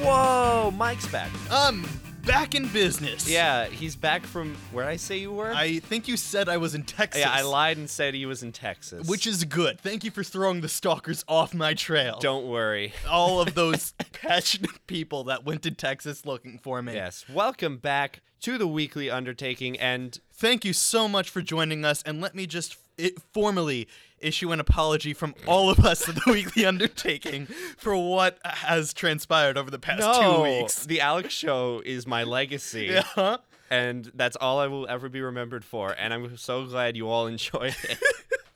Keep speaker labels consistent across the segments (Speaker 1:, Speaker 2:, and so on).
Speaker 1: Oh, Mike's back.
Speaker 2: I'm Um, back in business.
Speaker 1: Yeah, he's back from where I say you were.
Speaker 2: I think you said I was in Texas.
Speaker 1: yeah, I lied and said he was in Texas.
Speaker 2: Which is good. Thank you for throwing the stalkers off my trail.
Speaker 1: don't worry.
Speaker 2: All of those passionate people that went to Texas looking for me.
Speaker 1: Yes, welcome back to the weekly undertaking, and
Speaker 2: Thank you so much for joining us, and let me just it, formally issue an apology from all of us at the Weekly Undertaking for what has transpired over the past two weeks.
Speaker 1: the Alex Show is my legacy.
Speaker 2: Yeah.
Speaker 1: And that's all I will ever be remembered for. And I'm so glad you all enjoyed it.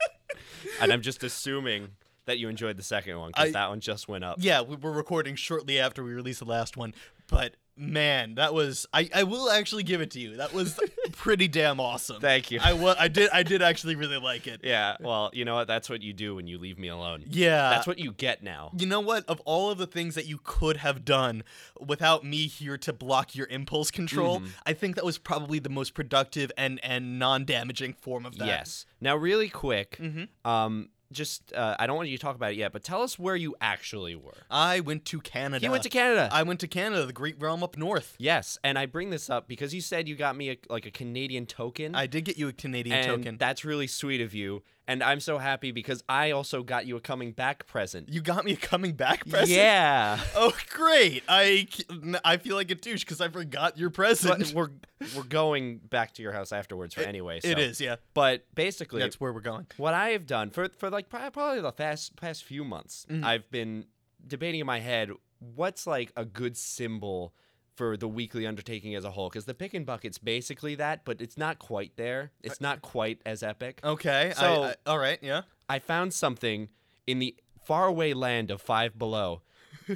Speaker 1: and I'm just assuming that you enjoyed the second one
Speaker 2: I-
Speaker 1: because that one just went up.
Speaker 2: Yeah, we were recording shortly after we released the last one, but man, that was I, I will actually give it to you. That was pretty damn awesome.
Speaker 1: Thank you.
Speaker 2: I wa- I did I did actually really like it.
Speaker 1: Yeah, well, you know what? That's what you do when you leave me alone.
Speaker 2: Yeah.
Speaker 1: That's what you get now.
Speaker 2: you know what? Of all of the things that you could have done without me here to block your impulse control,
Speaker 1: Mm-hmm.
Speaker 2: I think that was probably the most productive and and non-damaging form of that.
Speaker 1: Yes. Now, really quick,
Speaker 2: Mhm.
Speaker 1: um, just uh, I don't want you to talk about it yet, but tell us where you actually were.
Speaker 2: I went to Canada.
Speaker 1: You went to Canada.
Speaker 2: I went to Canada, the great realm up north.
Speaker 1: yes, and I bring this up because you said you got me a, like a Canadian token.
Speaker 2: I did get you a Canadian
Speaker 1: and
Speaker 2: token.
Speaker 1: That's really sweet of you, and I'm so happy because I also got you a coming back present.
Speaker 2: you got me a coming back present.
Speaker 1: Yeah.
Speaker 2: Oh, great! I, c- I feel like a douche because I forgot your present.
Speaker 1: But we're we're going back to your house afterwards for anyway. So.
Speaker 2: It is, yeah.
Speaker 1: But basically,
Speaker 2: That's where we're going.
Speaker 1: what I have done for for like pri- probably the past past few months, I've been debating in my head what's like a good symbol for the weekly undertaking as a whole because the pick and bucket's basically that, but it's not quite there. It's not quite as epic.
Speaker 2: Okay. I-
Speaker 1: So-
Speaker 2: I, all right, yeah.
Speaker 1: I found something in the faraway land of Five Below.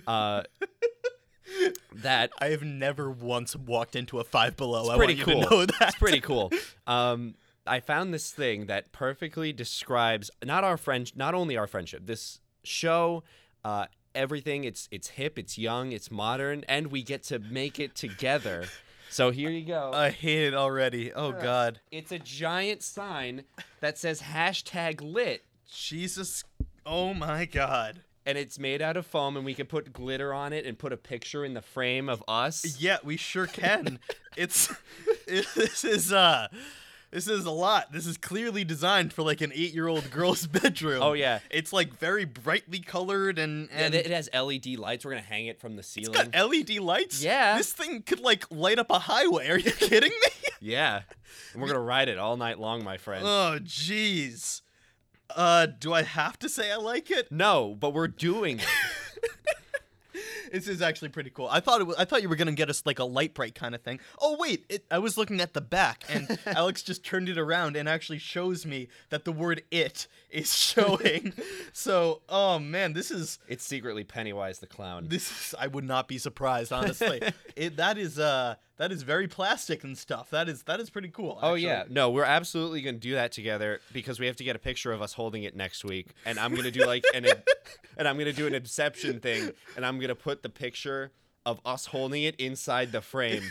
Speaker 1: Uh, that
Speaker 2: I have never once walked into a five below. I
Speaker 1: pretty
Speaker 2: want
Speaker 1: cool.
Speaker 2: you to know that.
Speaker 1: It's pretty cool. Um, I found this thing that perfectly describes not our friend, not only our friendship. This show, uh, everything. It's it's hip, it's young, it's modern, and we get to make it together. So here you go.
Speaker 2: I hate it already. Oh God,
Speaker 1: it's a giant sign that says hashtag lit,
Speaker 2: Jesus! Oh my God.
Speaker 1: and it's made out of foam, and we can put glitter on it and put a picture in the frame of us.
Speaker 2: Yeah, we sure can. it's it, this is uh, this is a lot. This is clearly designed for like an eight-year-old girl's bedroom.
Speaker 1: Oh, yeah.
Speaker 2: It's like very brightly colored and
Speaker 1: And
Speaker 2: and
Speaker 1: it has LED lights. We're gonna hang it from the ceiling.
Speaker 2: It's got E LED lights.
Speaker 1: Yeah.
Speaker 2: This thing could like light up a highway. Are you kidding me?
Speaker 1: Yeah. And we're going to ride it all night long, my friend.
Speaker 2: oh jeez. Uh do I have to say I like it?
Speaker 1: no, but we're doing it.
Speaker 2: This is actually pretty cool. I thought it was, I thought you were going to get us like a light bright kind of thing. Oh wait, it, I was looking at the back and Alex just turned it around and actually shows me that the word it is showing. so, oh man, this is
Speaker 1: It's secretly Pennywise the clown.
Speaker 2: this is, I would not be surprised honestly. it that is uh that is very plastic and stuff. That is that is pretty cool.
Speaker 1: oh,
Speaker 2: actually.
Speaker 1: yeah. No, we're absolutely going to do that together because we have to get a picture of us holding it next week. And I'm going to do like an, and I'm going to do an Inception thing. And I'm going to put the picture of us holding it inside the frame.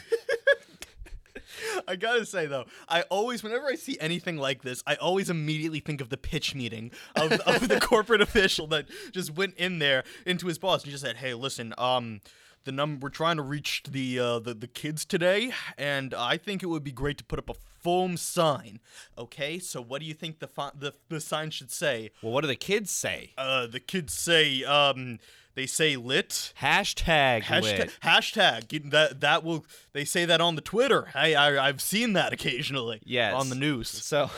Speaker 2: I gotta say though, I always, whenever I see anything like this, I always immediately think of the pitch meeting of, of the corporate official that just went in there into his boss and just said, "Hey, listen, um." The num we're trying to reach the, uh, the the kids today, and I think it would be great to put up a foam sign. Okay, so what do you think the fo- the, the sign should say?
Speaker 1: Well, what do the kids say?
Speaker 2: Uh, the kids say um, they say lit.
Speaker 1: Hashtag,
Speaker 2: Hashtag,
Speaker 1: lit.
Speaker 2: hashtag you- that that will they say that on the Twitter. I, I I've seen that occasionally.
Speaker 1: Yes.
Speaker 2: on the news.
Speaker 1: So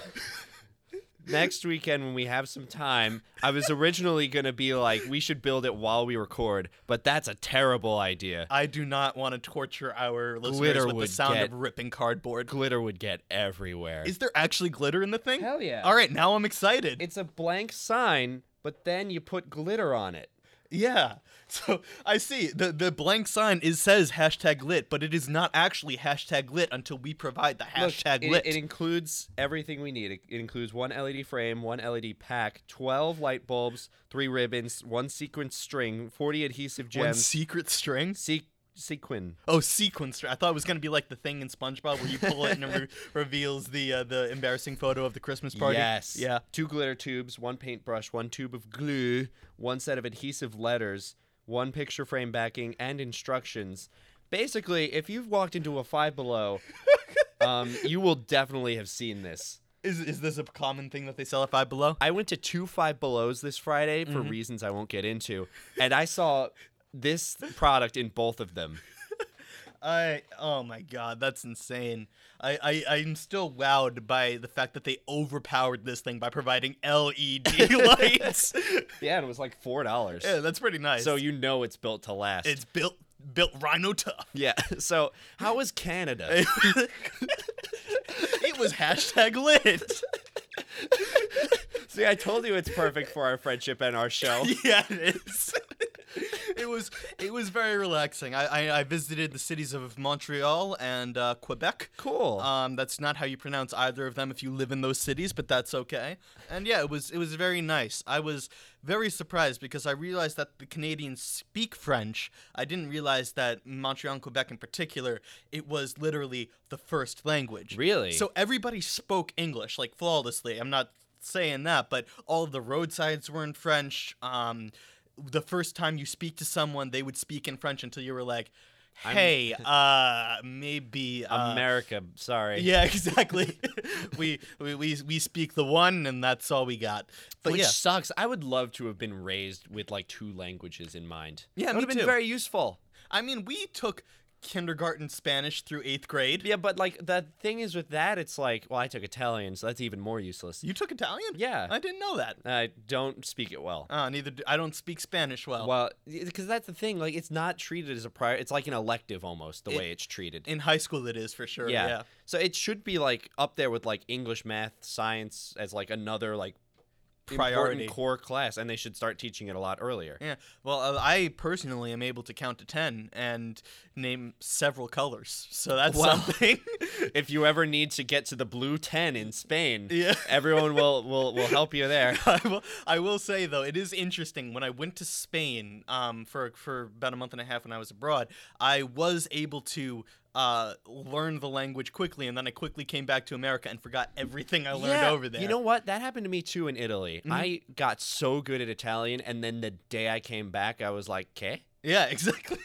Speaker 1: next weekend when we have some time, I was originally going to be like we should build it while we record, but that's a terrible idea.
Speaker 2: I do not want to torture our listeners
Speaker 1: Glitter
Speaker 2: with
Speaker 1: would
Speaker 2: the sound
Speaker 1: get-
Speaker 2: of ripping cardboard.
Speaker 1: Glitter would get everywhere.
Speaker 2: Is there actually glitter in the thing?
Speaker 1: Hell yeah.
Speaker 2: All right, now I'm excited.
Speaker 1: It's a blank sign, but then you put glitter on it.
Speaker 2: yeah. So I see the the blank sign is says hashtag lit, but it is not actually hashtag lit until we provide the
Speaker 1: Look,
Speaker 2: hashtag
Speaker 1: it-
Speaker 2: lit.
Speaker 1: It, includes everything we need. It, it includes one LED frame, one LED pack, 12 light bulbs, three ribbons, one sequence string, 40 adhesive
Speaker 2: One
Speaker 1: gems,
Speaker 2: secret string.
Speaker 1: se- sequin.
Speaker 2: Oh, sequencer. I thought it was gonna be like the thing in SpongeBob where you pull it and it re- reveals the uh, the embarrassing photo of the Christmas party.
Speaker 1: Yes.
Speaker 2: Yeah.
Speaker 1: Two glitter tubes, one paintbrush, one tube of glue, one set of adhesive letters, one picture frame backing, and instructions. basically, if you've walked into a Five Below, um, you will definitely have seen this.
Speaker 2: Is is this a common thing that they sell at Five Below?
Speaker 1: I went to two Five Belows this Friday for reasons I won't get into, and I saw this product in both of them.
Speaker 2: I oh my god, that's insane. I, I I'm still wowed by the fact that they overpowered this thing by providing LED lights.
Speaker 1: Yeah, and it was like four dollars.
Speaker 2: yeah, that's pretty nice.
Speaker 1: So you know it's built to last.
Speaker 2: it's built built Rhino tough.
Speaker 1: yeah. So how is Canada?
Speaker 2: it was hashtag lit.
Speaker 1: See, I told you it's perfect for our friendship and our show.
Speaker 2: yeah, it is. It was it was very relaxing. I, I, I visited the cities of Montreal and uh, Quebec.
Speaker 1: Cool.
Speaker 2: Um, that's not how you pronounce either of them if you live in those cities, but that's okay. And yeah, it was it was very nice. I was very surprised because I realized that the Canadians speak French. I didn't realize that Montreal and Quebec in particular, it was literally the first language.
Speaker 1: Really?
Speaker 2: So everybody spoke English like flawlessly. I'm not saying that, but all of the roadsides were in French. Um, the first time you speak to someone, they would speak in French until you were like,
Speaker 1: I'm-
Speaker 2: "Hey, uh, maybe uh,
Speaker 1: America, sorry.
Speaker 2: yeah, exactly. we, we we we speak the one, and that's all we got. But
Speaker 1: Which
Speaker 2: yeah,
Speaker 1: sucks. I would love to have been raised with like two languages in mind.
Speaker 2: Yeah,
Speaker 1: it
Speaker 2: me
Speaker 1: would have been
Speaker 2: too.
Speaker 1: very useful.
Speaker 2: I mean, we took kindergarten Spanish through eighth grade.
Speaker 1: Yeah, but like the thing is with that, it's like, well, I took Italian, so that's even more useless.
Speaker 2: You took Italian?
Speaker 1: Yeah.
Speaker 2: I didn't know that.
Speaker 1: I don't speak it well.
Speaker 2: Uh, neither do, I don't speak Spanish well.
Speaker 1: Well, because that's the thing. Like, it's not treated as a prior. It's like an elective almost the
Speaker 2: It-
Speaker 1: way it's treated.
Speaker 2: In high school, it is for sure.
Speaker 1: yeah.
Speaker 2: Yeah.
Speaker 1: So it should be like up there with like English, math, science as like another like important
Speaker 2: Priority.
Speaker 1: core class, and they should start teaching it a lot earlier.
Speaker 2: Yeah. Well, uh, I personally am able to count to ten and name several colors, so that's
Speaker 1: Wow.
Speaker 2: something.
Speaker 1: If you ever need to get to the blue ten in Spain,
Speaker 2: Yeah.
Speaker 1: everyone will will will help you there.
Speaker 2: I will. I will say though, it is interesting. When I went to Spain, um, for for about a month and a half when I was abroad, I was able to uh learn the language quickly, and then I quickly came back to America and forgot everything I learned
Speaker 1: Yeah,
Speaker 2: over there.
Speaker 1: You know what? That happened to me too in Italy. I got so good at Italian, and then the day I came back, I was like, "Okay."
Speaker 2: Yeah, exactly.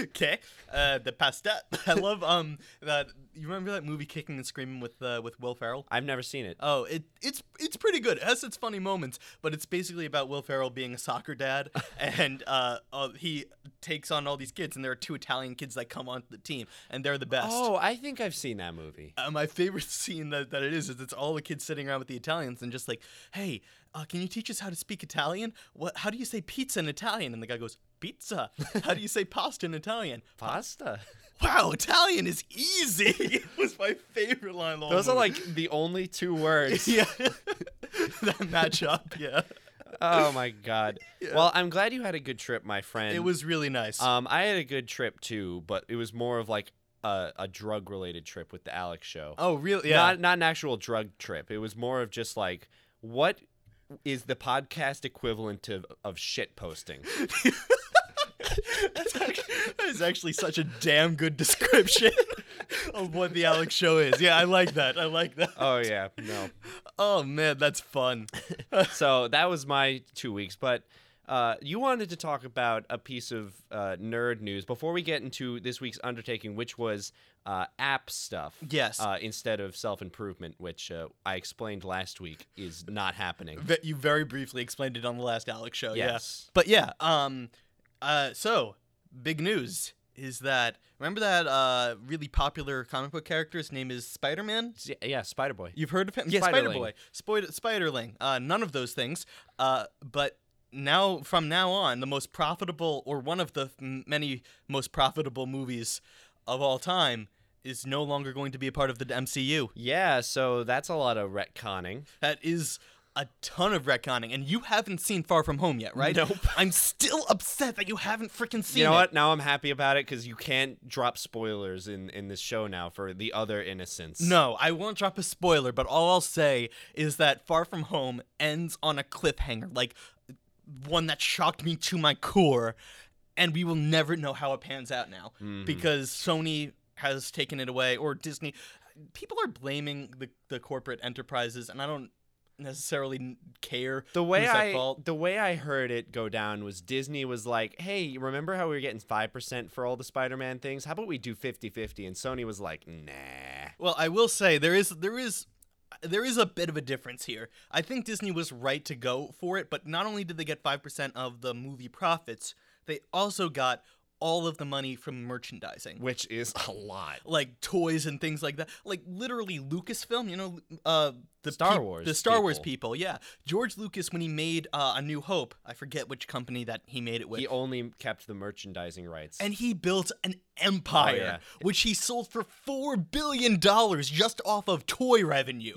Speaker 2: Okay, uh, the pasta. I love um that. You remember that movie Kicking and Screaming with uh, with Will Ferrell?
Speaker 1: I've never seen it.
Speaker 2: Oh, it it's it's pretty good. It has its funny moments, but it's basically about Will Ferrell being a soccer dad, and uh, uh, he takes on all these kids, and there are two Italian kids that come onto the team, and they're the best.
Speaker 1: Oh, I think I've seen that movie.
Speaker 2: Uh, my favorite scene that, that it is is it's all the kids sitting around with the Italians and just like, hey, uh, can you teach us how to speak Italian? What? How do you say pizza in Italian? And the guy goes, pizza. How do you say pasta in Italian?
Speaker 1: Pasta.
Speaker 2: Wow, Italian is easy. it was my favorite line. of the whole
Speaker 1: Those are
Speaker 2: movie.
Speaker 1: like the only two words.
Speaker 2: yeah, that matchup. Yeah.
Speaker 1: Oh my god. Well, I'm glad you had a good trip, my friend.
Speaker 2: It was really nice.
Speaker 1: Um, I had a good trip too, but it was more of like a, a drug related trip with the Alex show.
Speaker 2: oh, really? Yeah.
Speaker 1: Not not an actual drug trip. It was more of just like what is the podcast equivalent of, of shit posting?
Speaker 2: that's, actually, that is actually such a damn good description of what the Alex show is. Yeah, I like that. I like that.
Speaker 1: Oh yeah, no.
Speaker 2: Oh man, that's fun.
Speaker 1: So that was my two weeks, but. Uh, you wanted to talk about a piece of uh, nerd news before we get into this week's undertaking, which was uh, app stuff.
Speaker 2: Yes.
Speaker 1: Uh, instead of self improvement, which uh, I explained last week is not happening.
Speaker 2: Ve- you very briefly explained it on the last Alex show.
Speaker 1: Yes.
Speaker 2: Yeah. But yeah, um uh so big news is that remember that uh really popular comic book character his name is Spider-Man?
Speaker 1: S- Yeah, Spider Boy.
Speaker 2: You've heard of him?
Speaker 1: Yeah,
Speaker 2: Spider
Speaker 1: Spiderling.
Speaker 2: Boy, Spoid- Spiderling. Uh, none of those things. Uh, but now, from now on, the most profitable, or one of the m- many most profitable movies of all time, is no longer going to be a part of the MCU.
Speaker 1: Yeah, so that's a lot of retconning.
Speaker 2: That is a ton of retconning, and you haven't seen Far From Home yet, right?
Speaker 1: Nope.
Speaker 2: I'm still upset that you haven't freaking seen
Speaker 1: You know
Speaker 2: it.
Speaker 1: what? Now I'm happy about it because you can't drop spoilers in in this show now for the other innocents.
Speaker 2: No, I won't drop a spoiler, but all I'll say is that Far From Home ends on a cliffhanger, like one that shocked me to my core, and we will never know how it pans out now
Speaker 1: Mm-hmm.
Speaker 2: because Sony has taken it away or Disney. People are blaming the, the corporate enterprises, and I don't. necessarily n- care.
Speaker 1: The way
Speaker 2: who's at
Speaker 1: I
Speaker 2: fault.
Speaker 1: the way I heard it go down was Disney was like, "Hey, remember how we were getting 5% for all the Spider-Man things? How about we do 50/50?" And Sony was like, "Nah."
Speaker 2: Well, I will say there is there is there is a bit of a difference here. I think Disney was right to go for it, but not only did they get 5% of the movie profits, they also got all of the money from merchandising.
Speaker 1: Which is a lot.
Speaker 2: Like toys and things like that. Like literally Lucasfilm, you know, uh the
Speaker 1: Star
Speaker 2: peop-
Speaker 1: Wars
Speaker 2: the Star Wars
Speaker 1: people.
Speaker 2: people, yeah. George Lucas when he made uh, A New Hope, I forget which company that he made it with.
Speaker 1: He only kept the merchandising rights.
Speaker 2: and he built an empire,
Speaker 1: Oh, yeah.
Speaker 2: which he sold for four billion dollars just off of toy revenue.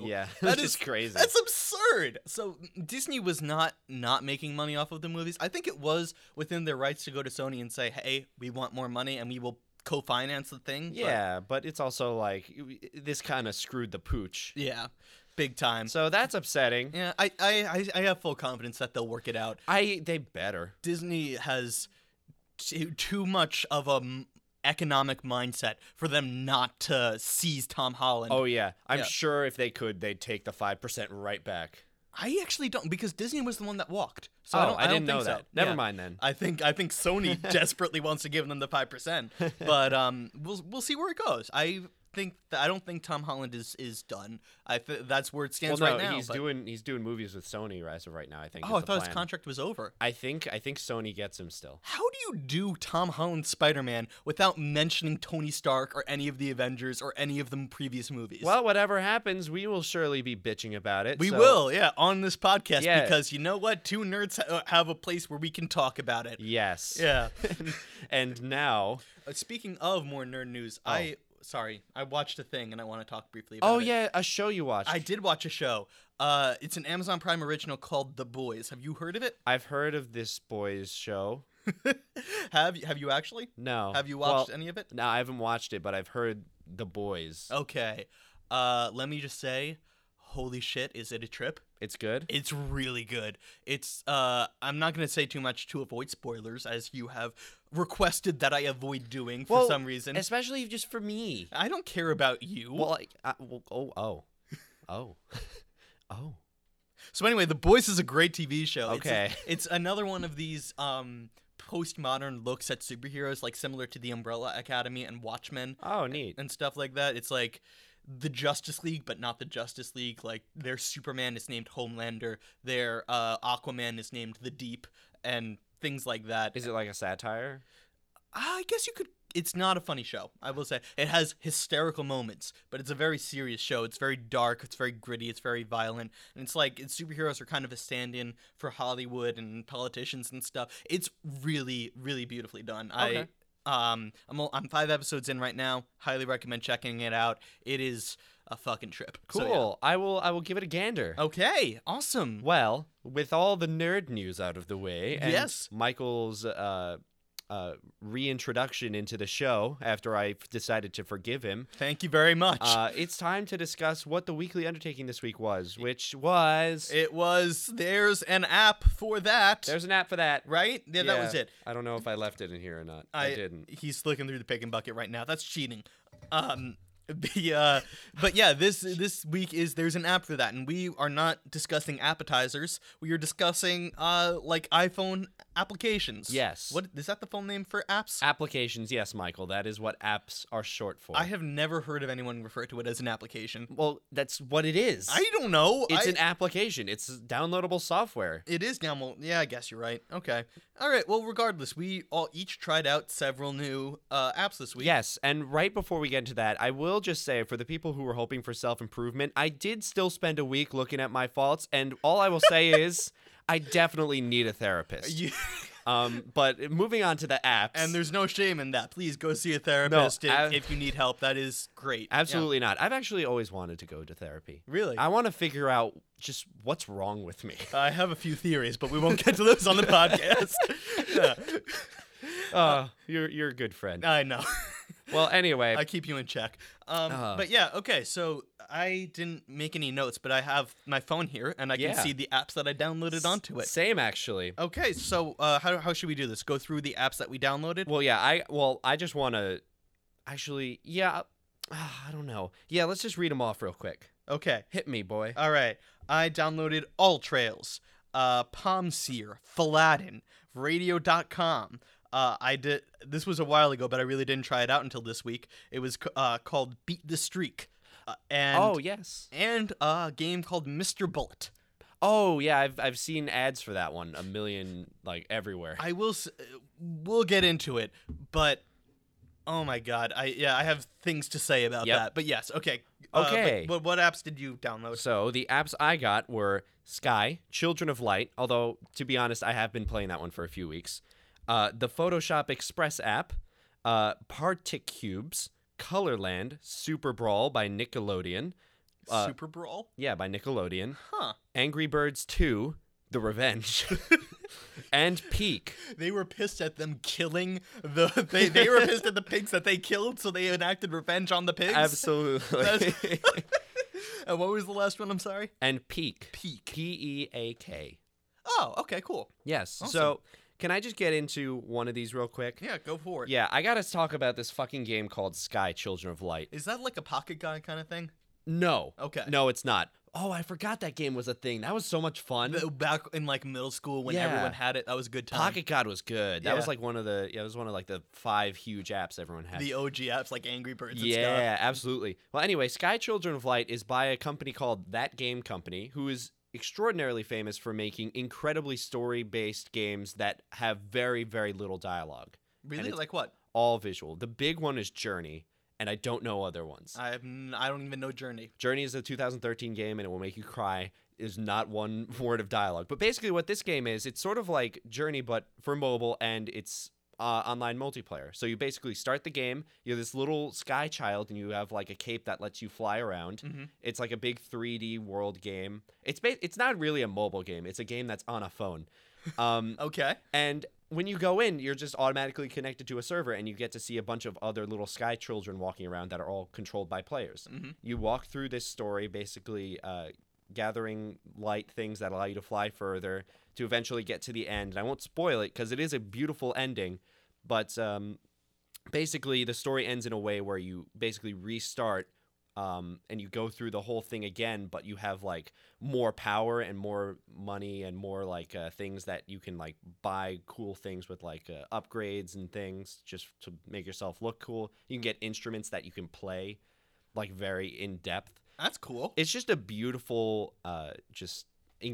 Speaker 1: yeah,
Speaker 2: That
Speaker 1: which
Speaker 2: is-
Speaker 1: crazy.
Speaker 2: That's absurd. So Disney was not not making money off of the movies. I think it was within their rights to go to Sony and say, "Hey, we want more money, and we will co-finance the thing." but-
Speaker 1: yeah, but it's also like this kind of screwed the pooch.
Speaker 2: yeah, big time.
Speaker 1: So that's upsetting.
Speaker 2: yeah, I, I I I have full confidence that they'll work it out.
Speaker 1: I they better.
Speaker 2: Disney has too, too much of a m- economic mindset for them not to seize Tom Holland.
Speaker 1: Oh yeah, I'm
Speaker 2: Yeah.
Speaker 1: sure if they could, they'd take the five percent right back.
Speaker 2: I actually don't because Disney was the one that walked. So
Speaker 1: oh,
Speaker 2: I, don't, I,
Speaker 1: didn't
Speaker 2: don't
Speaker 1: know
Speaker 2: think so.
Speaker 1: that. Never
Speaker 2: Yeah.
Speaker 1: mind then.
Speaker 2: I think I think Sony desperately wants to give them the five percent, but um, we'll we'll see where it goes. I think th- I don't think Tom Holland is is done. I th- that's where it
Speaker 1: Well,
Speaker 2: stands
Speaker 1: no,
Speaker 2: right now.
Speaker 1: he's
Speaker 2: but-
Speaker 1: doing he's doing movies with Sony as of right now. I think. is
Speaker 2: oh, I
Speaker 1: the
Speaker 2: thought his
Speaker 1: plan.
Speaker 2: contract was over.
Speaker 1: I think I think Sony gets him still.
Speaker 2: How do you do Tom Holland Spider Man without mentioning Tony Stark or any of the Avengers or any of the previous movies?
Speaker 1: Well, whatever happens, we will surely be bitching about it.
Speaker 2: we
Speaker 1: so-
Speaker 2: will, yeah, on this podcast
Speaker 1: Yeah.
Speaker 2: because you know what? Two nerds ha- uh, have a place where we can talk about it.
Speaker 1: Yes.
Speaker 2: Yeah.
Speaker 1: and now.
Speaker 2: Uh, speaking of more nerd news, I sorry, I watched a thing and I want to talk briefly about
Speaker 1: Oh
Speaker 2: it.
Speaker 1: yeah, a show you watched.
Speaker 2: I did watch a show. Uh, it's an Amazon Prime original called The Boys. Have you heard of it?
Speaker 1: I've heard of this boys show.
Speaker 2: have you, Have you actually?
Speaker 1: No.
Speaker 2: Have you watched
Speaker 1: Oh, Well,
Speaker 2: any of it?
Speaker 1: No, I haven't watched it, but I've heard the boys.
Speaker 2: Oh. Okay. Uh, let me just say, holy shit, is it a trip?
Speaker 1: It's good.
Speaker 2: It's really good. It's uh, I'm not gonna say too much to avoid spoilers, as you have requested that I avoid doing for
Speaker 1: Well,
Speaker 2: some reason.
Speaker 1: Especially just for me.
Speaker 2: I don't care about you.
Speaker 1: Well, like, I, well, oh, oh, oh, oh.
Speaker 2: So anyway, The Boys is a great TV show. It's a-
Speaker 1: Okay.
Speaker 2: It's, another one of these um postmodern looks at superheroes like similar to The Umbrella Academy and Watchmen
Speaker 1: Oh, neat.
Speaker 2: and stuff like that. It's like the Justice League but not the Justice League. Like their Superman is named Homelander, their uh Aquaman is named The Deep and things like that.
Speaker 1: Is it like a satire?
Speaker 2: I guess you could. It's not a funny show, I will say. It has hysterical moments, but it's a very serious show. It's very dark, it's very gritty, it's very violent, and it's like it's, superheroes are kind of a stand in for Hollywood and politicians and stuff. It's really, really beautifully done.
Speaker 1: Okay.
Speaker 2: I, um, I'm, o- I'm five episodes in right now. Highly recommend checking it out. It is a fucking trip. So,
Speaker 1: Cool.
Speaker 2: yeah.
Speaker 1: I will. I will give it a gander.
Speaker 2: Okay, awesome.
Speaker 1: Well, with all the nerd news out of the way, and
Speaker 2: Yes.
Speaker 1: Michael's uh, uh, reintroduction into the show after I decided to forgive him,
Speaker 2: Thank you very much.
Speaker 1: uh, it's time to discuss what the weekly undertaking this week was, which was
Speaker 2: it was, there's an app for that.
Speaker 1: there's an app for that.
Speaker 2: Right? Yeah, that was
Speaker 1: Yeah.
Speaker 2: it.
Speaker 1: I don't know if I left it in here or not. I didn't.
Speaker 2: He's looking through the picking bucket right now. That's cheating. Um, the uh, but yeah, this this week is there's an app for that, and we are not discussing appetizers. We are discussing uh like iPhone applications.
Speaker 1: Yes.
Speaker 2: What is that the full name for apps?
Speaker 1: Applications, yes, Michael. That is what apps are short for.
Speaker 2: I have never heard of anyone refer to it as an application.
Speaker 1: well, that's what it is.
Speaker 2: I don't know.
Speaker 1: it's
Speaker 2: I-
Speaker 1: an application. It's downloadable software.
Speaker 2: It is down. Well, yeah, I guess you're right. Okay. All right. Well, regardless, we all each tried out several new uh, apps this week.
Speaker 1: Yes, and right before we get into that, I will just say for the people who were hoping for self improvement, I did still spend a week looking at my faults, and all I will say is I definitely need a therapist.
Speaker 2: You-
Speaker 1: Um, but moving on to the apps,
Speaker 2: And there's no shame in that. Please go see a therapist if,
Speaker 1: ab-
Speaker 2: if you need help. That is great. Yeah.
Speaker 1: absolutely not. I've actually always wanted to go to therapy.
Speaker 2: Really?
Speaker 1: I
Speaker 2: I,
Speaker 1: want to figure out just what's wrong with me.
Speaker 2: have a few theories, but we won't get to those on the podcast. Yeah.
Speaker 1: Uh, you're you're a good friend.
Speaker 2: I know.
Speaker 1: Well, anyway,
Speaker 2: I keep you in check. Um,
Speaker 1: Uh.
Speaker 2: but yeah, okay. So I didn't make any notes, but I have my phone here, and I
Speaker 1: Yeah.
Speaker 2: can see the apps that I downloaded onto it.
Speaker 1: same actually.
Speaker 2: Okay, so uh, how, how should we do this? Go through the apps that we downloaded?
Speaker 1: Well, yeah, I well, I uh, just want to actually, yeah, I don't know. Yeah, let's just read them off real quick.
Speaker 2: Okay.
Speaker 1: Hit me, boy.
Speaker 2: All right. I downloaded All Trails, uh, Palm Seer, Faladin, Radio.com. Uh, I did. This was a while ago, but I really didn't try it out until this week. It was c- uh, called Beat the Streak, uh, and
Speaker 1: oh yes.
Speaker 2: and a game called Mr. Bullet.
Speaker 1: Oh yeah, I've I've seen ads for that one a million like everywhere.
Speaker 2: I will. s- uh, We'll get into it, but oh my god, I yeah, I have things to say about
Speaker 1: Yep.
Speaker 2: that. But yes, okay, uh, but-
Speaker 1: Okay.
Speaker 2: but, what apps did you download?
Speaker 1: So the apps I got were Sky, Children of Light, although to be honest, I have been playing that one for a few weeks. Uh, the Photoshop Express app, uh, Partic Cubes, Colorland, Super Brawl by Nickelodeon. uh,
Speaker 2: Super Brawl,
Speaker 1: Yeah, by Nickelodeon.
Speaker 2: huh?
Speaker 1: Angry Birds 2, The Revenge, and Peak.
Speaker 2: They were pissed at them killing the. They, they were pissed at the pigs that they killed, so they enacted revenge on the pigs.
Speaker 1: Absolutely.
Speaker 2: That's- and what was the last one? I'm sorry.
Speaker 1: and Peak.
Speaker 2: Peak.
Speaker 1: P E A K.
Speaker 2: Oh, okay, cool.
Speaker 1: Yes.
Speaker 2: Awesome.
Speaker 1: So, can I just get into one of these real quick?
Speaker 2: Yeah, go for it.
Speaker 1: Yeah, I gotta talk about this fucking game called Sky Children of Light.
Speaker 2: Is that like a pocket guy kind of thing?
Speaker 1: No.
Speaker 2: Okay.
Speaker 1: No, it's not. Oh, I forgot that game was a thing. That was so much fun.
Speaker 2: The- Back in like middle school when
Speaker 1: Yeah.
Speaker 2: everyone had it, that was a good time.
Speaker 1: Pocket God was good. That was
Speaker 2: Yeah.
Speaker 1: like one of the yeah, it was one of like the five huge apps everyone had.
Speaker 2: The OG apps like Angry Birds. And
Speaker 1: yeah, absolutely. Well, anyway, Sky Children of Light is by a company called That Game Company, who is extraordinarily famous for making incredibly story-based games that have very very little dialogue,
Speaker 2: stuff. Really?
Speaker 1: it's-
Speaker 2: Like what?
Speaker 1: all visual. The big one is Journey, and I don't know other ones.
Speaker 2: I have n- I don't even know Journey.
Speaker 1: Journey is a 2013 game and it will make you cry. Is not one word of dialogue. But basically, what this game is, it's sort of like Journey, but for mobile and it's uh, online multiplayer. So you basically start the game, you're this little sky child, and you have like a cape that lets you fly around.
Speaker 2: Mhm.
Speaker 1: It's like a big 3D world game. It's ba- it's not really a mobile game, it's a game that's on a phone. Um,
Speaker 2: Okay.
Speaker 1: and when you go in, you're just automatically connected to a server and you get to see a bunch of other little sky children walking around that are all controlled by players.
Speaker 2: Mhm.
Speaker 1: You walk through this story basically uh, gathering light things that allow you to fly further to eventually get to the end. And I won't spoil it because it is a beautiful ending, but um, basically the story ends in a way where you basically restart um, and you go through the whole thing again, but you have like more power and more money and more like uh, things that you can like buy cool things with like uh, upgrades and things just to make yourself look cool. You can get instruments that you can play like very in depth.
Speaker 2: That's cool.
Speaker 1: It's just a beautiful, uh, just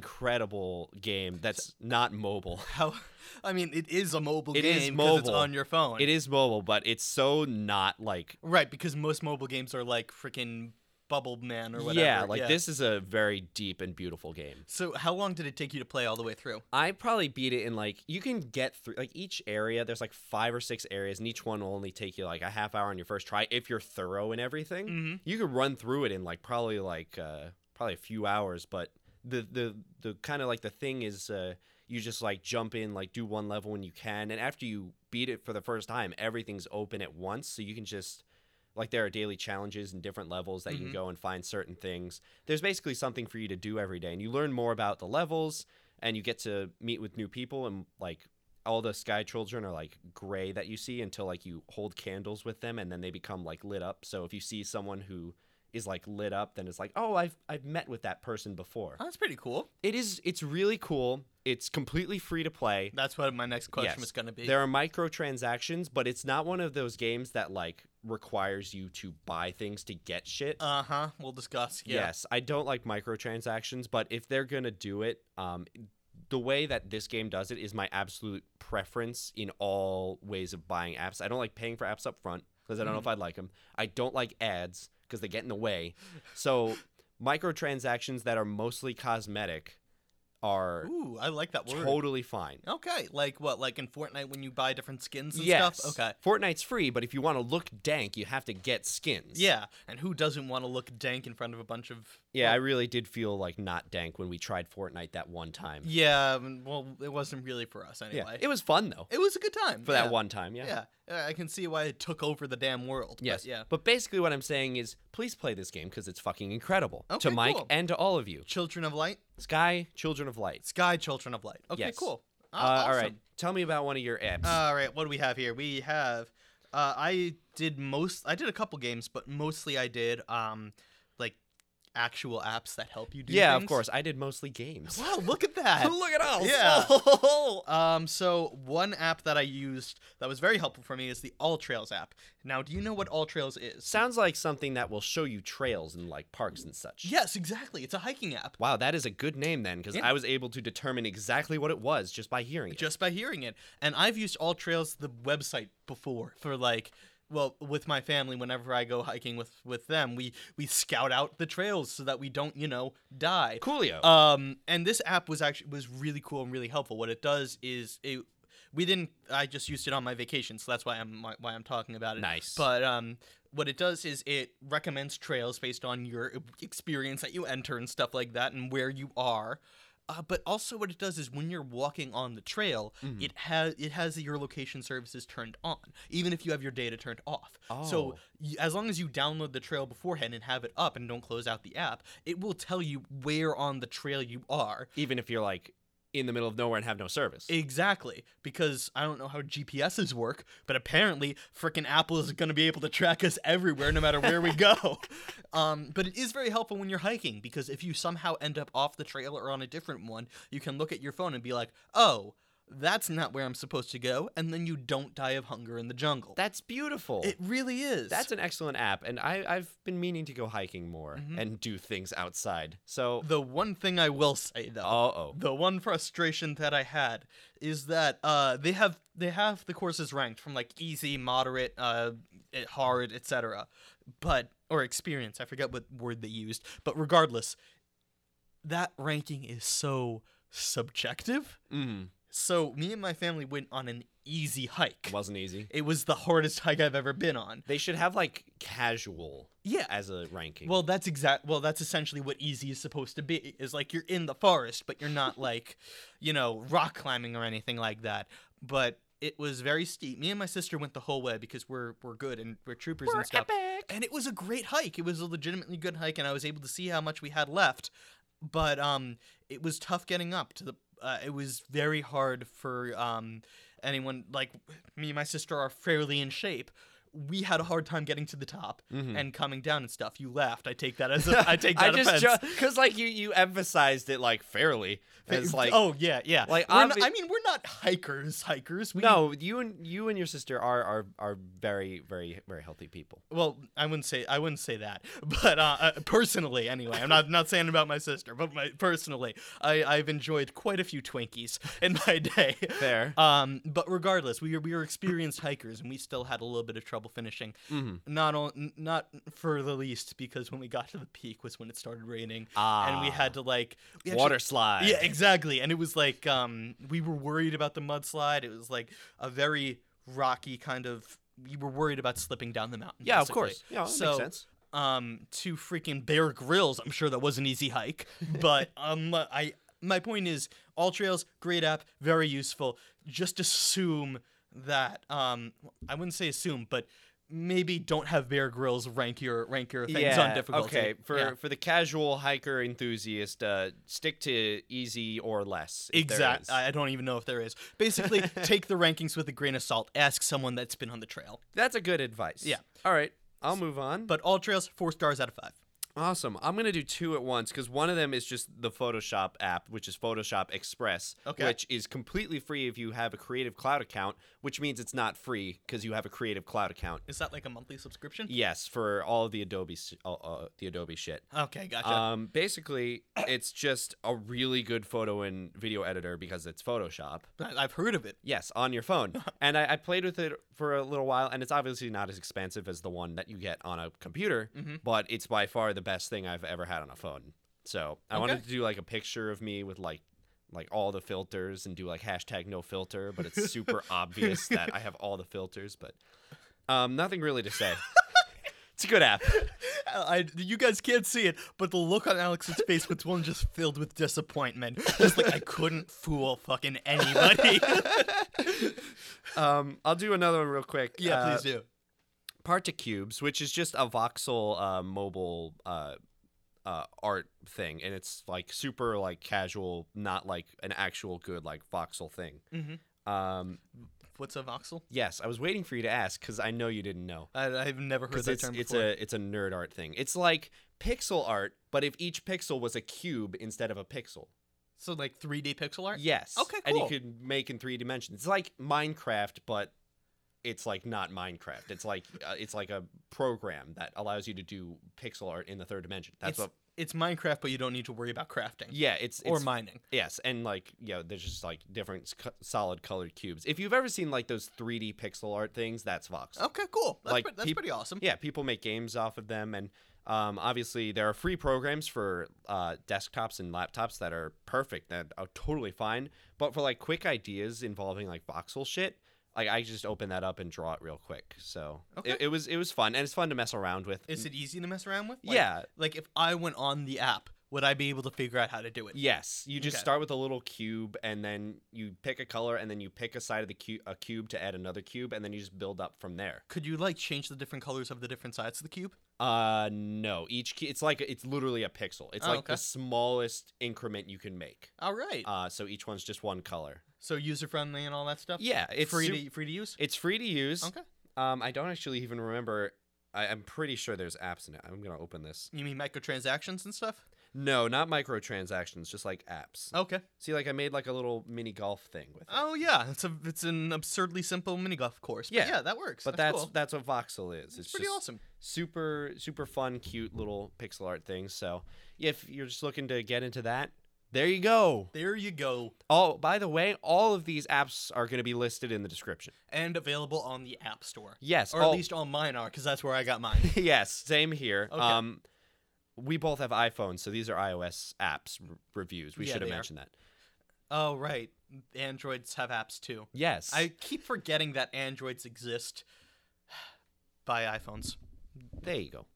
Speaker 1: incredible game that's not mobile.
Speaker 2: How? I mean, it is a mobile
Speaker 1: It
Speaker 2: game
Speaker 1: is
Speaker 2: 'cause it's
Speaker 1: mobile.
Speaker 2: on your phone.
Speaker 1: It is mobile, but it's so not like
Speaker 2: Right, because most mobile games are like freaking Bubble Man or whatever.
Speaker 1: Yeah, like this is a very deep and beautiful game.
Speaker 2: So, how long did it take you to play all the way through?
Speaker 1: I probably beat it in like you can get through like each area. There's like five or six areas, and each one will only take you like a half hour on your first try if you're thorough and everything.
Speaker 2: Mm-hmm.
Speaker 1: You could run through it in like probably like uh, probably a few hours, but the the the kind of like the thing is uh, you just like jump in like do one level when you can, and after you beat it for the first time, everything's open at once, so you can just like there are daily challenges and different levels that you
Speaker 2: Mhm.
Speaker 1: can go and find certain things. There's basically something for you to do every day, and you learn more about the levels, and you get to meet with new people, and like all the sky children are like gray that you see until like you hold candles with them, and then they become like lit up. So if you see someone who is like lit up, then it's like, oh, I've I've met with that person before.
Speaker 2: Oh, that's pretty cool.
Speaker 1: It is it's really cool. It's completely free to play.
Speaker 2: That's what my next question
Speaker 1: Yes.
Speaker 2: was going to be.
Speaker 1: There are microtransactions, but it's not one of those games that like requires you to buy things to get shit.
Speaker 2: Uh huh. We'll discuss. Yeah.
Speaker 1: Yes, I don't like microtransactions, but if they're gonna do it, um, the way that this game does it is my absolute preference in all ways of buying apps. I don't like paying for apps up front because I don't know
Speaker 2: Mm-hmm.
Speaker 1: if I'd like them. I don't like ads because they get in the way. So microtransactions that are mostly cosmetic are
Speaker 2: Ooh, I like that word.
Speaker 1: totally fine.
Speaker 2: Okay, like what? Like in Fortnite when you buy different skins and
Speaker 1: Yes.
Speaker 2: stuff? Okay.
Speaker 1: Fortnite's free, but if you want to look dank, you have to get skins.
Speaker 2: Yeah, and who doesn't want to look dank in front of a bunch of.
Speaker 1: Yeah, I really did feel like not dank when we tried Fortnite that one time.
Speaker 2: Yeah, I mean, well, it wasn't really for us anyway.
Speaker 1: Yeah. It
Speaker 2: It,
Speaker 1: was fun though.
Speaker 2: was a good time.
Speaker 1: for
Speaker 2: yeah.
Speaker 1: that one time. Yeah.
Speaker 2: Yeah. yeah, I can see why it took over the damn world. but
Speaker 1: Yes.
Speaker 2: Yeah.
Speaker 1: But basically, what I'm saying is, please play this game because it's fucking incredible to
Speaker 2: Okay,
Speaker 1: Mike
Speaker 2: cool.
Speaker 1: and to all of you.
Speaker 2: Children of Light?
Speaker 1: Sky, Children of Light.
Speaker 2: Sky Children of Light. Okay,
Speaker 1: Yes.
Speaker 2: cool. Ah,
Speaker 1: Uh, All
Speaker 2: awesome. Uh,
Speaker 1: right. Tell me about one of your apps.
Speaker 2: All right, what do we have here? We have uh, I did most I did a couple games, but mostly I did um like actual apps that help you do
Speaker 1: yeah, of
Speaker 2: things?
Speaker 1: course. I did mostly games.
Speaker 2: Wow, look at that.
Speaker 1: Look at us.
Speaker 2: Yeah. um, so one app that I used that was very helpful for me is the All Trails app. Now, do you know what All Trails is?
Speaker 1: Sounds like something that will show you trails and like parks and such.
Speaker 2: Yes, exactly. It's a hiking app.
Speaker 1: Wow, that is a good name then, because
Speaker 2: Yeah.
Speaker 1: I was able to determine exactly what it was just by hearing it.
Speaker 2: just by hearing it. And I've used All Trails the website before for like well, with my family whenever I go hiking with with them, we we scout out the trails so that we don't, you know, die.
Speaker 1: Coolio.
Speaker 2: Um and this app was actually was really cool and really helpful. What it does is it we didn't I just used it on my vacation, so that's why I'm why why I'm talking about it.
Speaker 1: Nice.
Speaker 2: But um what it does is it recommends trails based on your experience that you enter and stuff like that and where you are. Uh, but also what it does is when you're walking on the trail, it has it has your location services turned on, even if you have your data turned off. So
Speaker 1: Oh.
Speaker 2: y- as long as you download the trail beforehand and have it up and don't close out the app, it will tell you where on the trail you are.
Speaker 1: Even if you're like in the middle of nowhere and have no service.
Speaker 2: Exactly, because I don't know how GPSs work, but apparently, frickin' Apple is going to be able to track us everywhere, no matter where we go. Um, but it is very helpful when you're hiking because if you somehow end up off the trail or on a different one, you can look at your phone and be like, "Oh, that's not where I'm supposed to go," and then you don't die of hunger in the jungle.
Speaker 1: That's beautiful.
Speaker 2: it really is.
Speaker 1: That's an excellent app, and I, I've been meaning to go hiking more
Speaker 2: Mm-hmm.
Speaker 1: and do things outside. So,
Speaker 2: the one thing I will say though.
Speaker 1: uh oh.
Speaker 2: the one frustration that I had is that uh, they have they have the courses ranked from like easy, moderate, uh, eh, hard, etc. But or experience, I forget what word they used. But regardless, that ranking is so subjective.
Speaker 1: Mm,
Speaker 2: So me and my family went on an easy hike.
Speaker 1: wasn't easy.
Speaker 2: It was the hardest hike I've ever been on.
Speaker 1: They should have like casual
Speaker 2: Yeah,
Speaker 1: as a ranking.
Speaker 2: Well, that's exact. Well, that's essentially what easy is supposed to be. Is like you're in the forest, but you're not like, you know, rock climbing or anything like that. But it was very steep. Me and my sister went the whole way because we're we're good and we're troopers and stuff. And it was a great hike. It was a legitimately good hike, and I was able to see how much we had left. But um, it was tough getting up to the. Uh, it was very hard for um anyone like me and my sister are fairly in shape. We had a hard time getting to the top
Speaker 1: Mhm.
Speaker 2: and coming down and stuff. You laughed. I take that as a, I take
Speaker 1: I
Speaker 2: that
Speaker 1: just
Speaker 2: offense.
Speaker 1: because like you you emphasized it like fairly. And It's like
Speaker 2: oh yeah, yeah.
Speaker 1: like,
Speaker 2: We're not-
Speaker 1: obvi-
Speaker 2: I mean, we're not hikers, hikers. We,
Speaker 1: no, you and you and your sister are are are very very very healthy people.
Speaker 2: Well, I wouldn't say I wouldn't say that, but uh, uh, personally, anyway, I'm not not saying about my sister, but my personally, I I've enjoyed quite a few Twinkies in my day.
Speaker 1: Fair.
Speaker 2: Um, but regardless, we were we were experienced hikers, and we still had a little bit of trouble finishing.
Speaker 1: Mhm.
Speaker 2: Not all, n- not for the least, because when we got to the peak was when it started raining, and we
Speaker 1: Ah.
Speaker 2: had to like we actually-
Speaker 1: Water slide.
Speaker 2: yeah, exactly. And it was like um, we were worried about the mudslide. It was like a very rocky kind of. We were worried about slipping down the mountain.
Speaker 1: yeah, of
Speaker 2: basically.
Speaker 1: course. Yeah, that
Speaker 2: so,
Speaker 1: makes sense.
Speaker 2: Um, to freaking Bear Grylls, I'm sure that was an easy hike. But um, I my point is, All Trails, great app, very useful. Just assume that um, I wouldn't say assume, but maybe don't have Bear Grylls rank your rank your things on difficulty.
Speaker 1: Okay, for
Speaker 2: Yeah.
Speaker 1: for the casual hiker enthusiast, uh, stick to easy or less. if there
Speaker 2: Exact.
Speaker 1: is.
Speaker 2: I I don't even know if there is. Basically, take the rankings with a grain of salt. Ask someone that's been on the trail.
Speaker 1: That's a good advice.
Speaker 2: Yeah.
Speaker 1: All right, I'll move on.
Speaker 2: But all trails, four stars out of five.
Speaker 1: Awesome. I'm gonna do two at once because one of them is just the Photoshop app, which is Photoshop Express,
Speaker 2: Okay.
Speaker 1: which is completely free if you have a Creative Cloud account, which means it's not free because you have a Creative Cloud account.
Speaker 2: Is that like a monthly subscription?
Speaker 1: Yes, for all of the Adobe, s- uh, uh, the Adobe shit.
Speaker 2: Okay, gotcha.
Speaker 1: Um, basically, it's just a really good photo and video editor because it's Photoshop.
Speaker 2: I- I've heard of it.
Speaker 1: Yes, on your phone. and I, I played with it for a little while, and it's obviously not as expansive as the one that you get on a computer,
Speaker 2: Mm-hmm.
Speaker 1: but it's by far the best thing I've ever had on a phone. So I wanted
Speaker 2: Okay.
Speaker 1: to do like a picture of me with like like all the filters and do like hashtag no filter, but it's super obvious that I have all the filters, but um, nothing really to say. it's a good app.
Speaker 2: I, I- you guys can't see it, but the look on Alex's face was one just filled with disappointment. Just like I couldn't fool fucking anybody.
Speaker 1: Um, I'll do another one real quick.
Speaker 2: yeah,
Speaker 1: Uh,
Speaker 2: please do.
Speaker 1: Particubes, which is just a voxel uh, mobile uh, uh, art thing, and it's like super like casual, not like an actual good like voxel thing.
Speaker 2: Mhm.
Speaker 1: Um,
Speaker 2: What's a voxel?
Speaker 1: yes, I was waiting for you to ask because I know you didn't know.
Speaker 2: I, I've never heard
Speaker 1: Because
Speaker 2: that
Speaker 1: it's
Speaker 2: term
Speaker 1: it's
Speaker 2: before.
Speaker 1: a it's a nerd art thing. It's like pixel art, but if each pixel was a cube instead of a pixel.
Speaker 2: So like 3D pixel art.
Speaker 1: Yes.
Speaker 2: Okay,
Speaker 1: And you
Speaker 2: cool.
Speaker 1: could make in three dimensions. It's like Minecraft, but it's like not Minecraft. It's like uh, it's like a program that allows you to do pixel art in the third dimension. That's
Speaker 2: it's,
Speaker 1: what.
Speaker 2: it's Minecraft, but you don't need to worry about crafting
Speaker 1: Yeah, it's,
Speaker 2: or
Speaker 1: it's
Speaker 2: mining.
Speaker 1: Yes, and like yeah, there's just like different s- co- solid colored cubes. If you've ever seen like those 3D pixel art things, that's Voxel.
Speaker 2: Okay, cool. That's,
Speaker 1: Like,
Speaker 2: pre- that's
Speaker 1: peop-
Speaker 2: pretty awesome.
Speaker 1: Yeah, people make games off of them, and um, obviously there are free programs for uh, desktops and laptops that are perfect that are totally fine. But for like quick ideas involving like voxel shit, like I just open that up and draw it real quick. So
Speaker 2: Okay.
Speaker 1: it, it was it was fun, and it's fun to mess around with.
Speaker 2: Is it easy to mess around with? Like-
Speaker 1: yeah,
Speaker 2: Like if I went on the app, would I be able to figure out how to do it?
Speaker 1: Yes, you just
Speaker 2: Okay.
Speaker 1: start with a little cube, and then you pick a color, and then you pick a side of the cu- a cube to add another cube, and then you just build up from there.
Speaker 2: Could you like change the different colors of the different sides of the cube?
Speaker 1: Uh, no, each cu- it's like it's literally a pixel. It's
Speaker 2: Oh,
Speaker 1: like
Speaker 2: okay.
Speaker 1: the smallest increment you can make.
Speaker 2: All right.
Speaker 1: Uh, so each one's just one color.
Speaker 2: so user friendly and all that stuff.
Speaker 1: Yeah, it's
Speaker 2: free
Speaker 1: su-
Speaker 2: to free to use.
Speaker 1: it's free to use.
Speaker 2: Okay.
Speaker 1: Um, I don't actually even remember. I, I'm pretty sure there's apps in it. I'm gonna open this.
Speaker 2: You mean microtransactions and stuff?
Speaker 1: No, not microtransactions, just like apps.
Speaker 2: Okay.
Speaker 1: See, like I made like a little mini golf thing with it.
Speaker 2: Oh yeah, it's a it's an absurdly simple mini golf course. but
Speaker 1: Yeah.
Speaker 2: yeah, that works.
Speaker 1: but that's that's,
Speaker 2: that's, cool.
Speaker 1: what voxel is. It's,
Speaker 2: it's pretty
Speaker 1: just,
Speaker 2: awesome.
Speaker 1: super super fun cute little pixel art things so if you're just looking to get into that there you go
Speaker 2: There you go,
Speaker 1: oh by the way all of these apps are going to be listed in the description
Speaker 2: and available on the App Store,
Speaker 1: yes Oh.
Speaker 2: or at
Speaker 1: all-
Speaker 2: least all mine are, because that's where I got mine.
Speaker 1: yes same here
Speaker 2: Okay.
Speaker 1: um we both have iPhones, so these are iOS apps r- reviews. We
Speaker 2: Yeah,
Speaker 1: should have
Speaker 2: they are.
Speaker 1: mentioned that.
Speaker 2: oh right, Androids have apps too.
Speaker 1: Yes,
Speaker 2: I keep forgetting that Androids exist. Buy iPhones.
Speaker 1: there you go.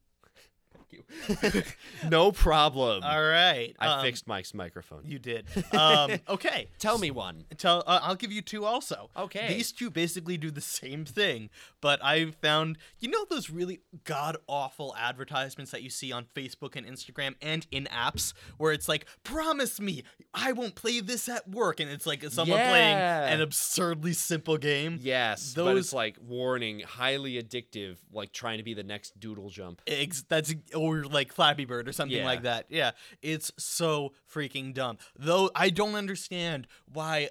Speaker 2: you.
Speaker 1: no problem.
Speaker 2: All right,
Speaker 1: I
Speaker 2: um,
Speaker 1: fixed Mike's microphone.
Speaker 2: You did. Um, okay,
Speaker 1: Tell me one.
Speaker 2: Tell uh, I'll give you two also.
Speaker 1: Okay.
Speaker 2: These two basically do the same thing, but I found you know those really god awful advertisements that you see on Facebook and Instagram and in apps where it's like promise me I won't play this at work and it's like someone playing
Speaker 1: Yeah.
Speaker 2: an absurdly simple game.
Speaker 1: Yes, but it's
Speaker 2: Those-
Speaker 1: like warning, highly addictive, like trying to be the next doodle jump.
Speaker 2: Ex- that's or like Flappy Bird or something
Speaker 1: Yeah.
Speaker 2: like that. Yeah, it's so freaking dumb. Though I don't understand why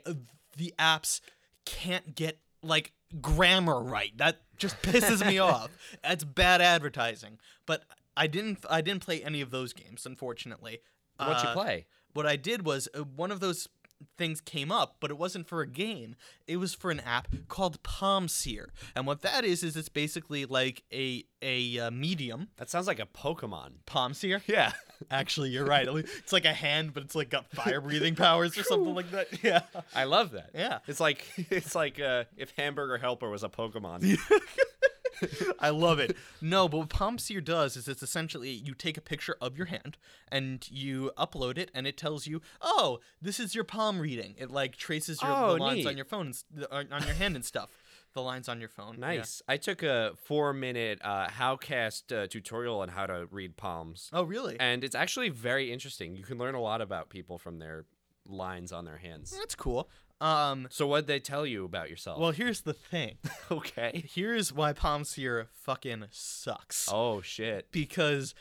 Speaker 2: the apps can't get like grammar right. That just pisses me off. That's bad advertising. But I didn't I didn't play any of those games unfortunately.
Speaker 1: What you
Speaker 2: Uh,
Speaker 1: play?
Speaker 2: What I did was uh, one of those things came up, but it wasn't for a game. It was for an app called Palm Seer. And what that is is it's basically like a a uh, medium
Speaker 1: That sounds like a Pokemon.
Speaker 2: palm seer.
Speaker 1: Yeah.
Speaker 2: Actually, you're right. It's like a hand, but it's like got fire breathing powers or something like that. Yeah.
Speaker 1: I love that.
Speaker 2: Yeah.
Speaker 1: It's like it's like uh, if Hamburger Helper was a Pokemon.
Speaker 2: I love it. No, but what palm seer does is it's essentially you take a picture of your hand and you upload it, and it tells you, oh, this is your palm reading. It like traces your
Speaker 1: Oh,
Speaker 2: the lines
Speaker 1: neat.
Speaker 2: on your phone, and, s- the- on on your hand and stuff. The lines on your phone. yeah.
Speaker 1: Nice. I took a four minute uh, Howcast uh, tutorial on how to read palms,
Speaker 2: Oh, really?
Speaker 1: and it's actually very interesting. You can learn a lot about people from their lines on their hands.
Speaker 2: That's cool. Um.
Speaker 1: So what would they tell you about yourself?
Speaker 2: Well, here's the thing.
Speaker 1: okay.
Speaker 2: Here's why palm seer fucking sucks.
Speaker 1: Oh shit.
Speaker 2: because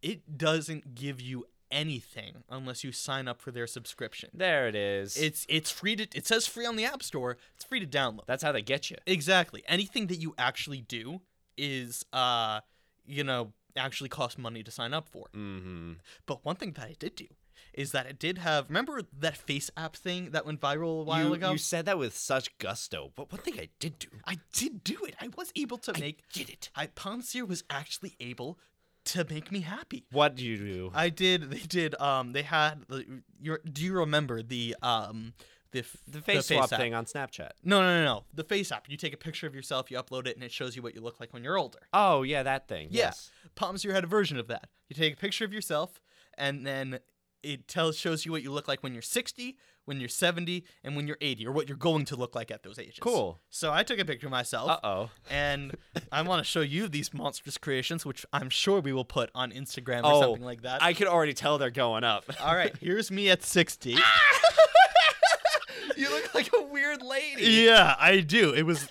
Speaker 2: it doesn't give you anything unless you sign up for their subscription.
Speaker 1: There it is.
Speaker 2: It's it's free to it says free on the App Store. It's free to download.
Speaker 1: That's how they get you.
Speaker 2: Exactly. Anything that you actually do is uh you know actually cost money to sign up for.
Speaker 1: Mm-hmm.
Speaker 2: But one thing that it did do is that it did have remember that face app thing that went viral a while
Speaker 1: you,
Speaker 2: ago?
Speaker 1: you said that with such gusto, but one thing I did do.
Speaker 2: I did do it. I was able to make
Speaker 1: Get it.
Speaker 2: I Ponsier was actually able to make me happy.
Speaker 1: What do you do?
Speaker 2: I did. They did. Um, they had. the- Your, do you remember the um the f-
Speaker 1: the face swap
Speaker 2: app?
Speaker 1: thing on Snapchat.
Speaker 2: No, no, no, no. The face app. You take a picture of yourself, you upload it, and it shows you what you look like when you're older.
Speaker 1: Oh yeah, that thing.
Speaker 2: Yeah.
Speaker 1: Yes.
Speaker 2: Palmsier had a version of that. You take a picture of yourself, and then it tells shows you what you look like when you're 60, when you're 70, and when you're 80, or what you're going to look like at those ages.
Speaker 1: Cool.
Speaker 2: So I took a picture of myself,
Speaker 1: Uh oh.
Speaker 2: and I want to show you these monstrous creations, which I'm sure we will put on Instagram or
Speaker 1: Oh,
Speaker 2: something like that.
Speaker 1: I could already tell they're going up.
Speaker 2: All right, here's me at 60.
Speaker 1: you look like a weird lady.
Speaker 2: yeah, I do. It was,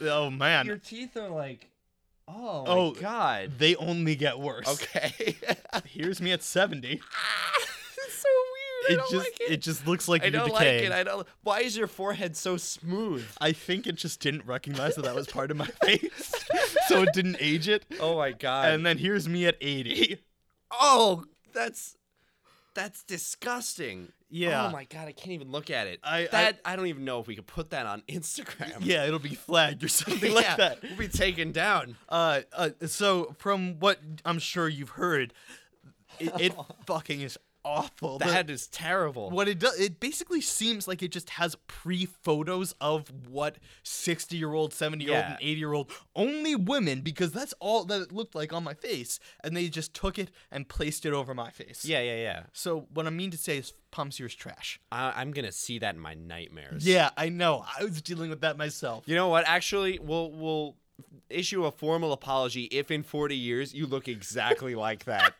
Speaker 2: oh man.
Speaker 1: teeth are like Oh,
Speaker 2: Oh,
Speaker 1: my god.
Speaker 2: They only get worse.
Speaker 1: Okay.
Speaker 2: Here's me at 70.
Speaker 1: it's so weird. I
Speaker 2: It
Speaker 1: don't
Speaker 2: just
Speaker 1: like it.
Speaker 2: it just looks like
Speaker 1: I
Speaker 2: you're
Speaker 1: don't like
Speaker 2: decaying.
Speaker 1: it. I don't. Why is your forehead so smooth?
Speaker 2: I think it just didn't recognize that that was part of my face, so it didn't age it.
Speaker 1: Oh my god.
Speaker 2: And then here's me at 80.
Speaker 1: oh, that's that's disgusting.
Speaker 2: Yeah.
Speaker 1: Oh my god, I can't even look at it.
Speaker 2: I- I-
Speaker 1: that I, don't even know if we could put that on Instagram.
Speaker 2: Yeah, it'll be flagged or something
Speaker 1: Yeah,
Speaker 2: like that.
Speaker 1: We'll be taken down.
Speaker 2: Uh, uh, so from what I'm sure you've heard, it, it fucking is awful. The-
Speaker 1: That is terrible.
Speaker 2: what it does, it basically seems like it just has pre photos of what 60 year old, 70 year old,
Speaker 1: Yeah.
Speaker 2: and 80 year old, only women, because that's all that it looked like on my face. And they just took it and placed it over my face.
Speaker 1: Yeah, yeah, yeah.
Speaker 2: So what I mean to say is Palm Sears trash.
Speaker 1: I, I'm gonna see that in my nightmares.
Speaker 2: Yeah, I know. I was dealing with that myself.
Speaker 1: You know what? Actually, we'll we'll issue a formal apology if in 40 years you look exactly like that.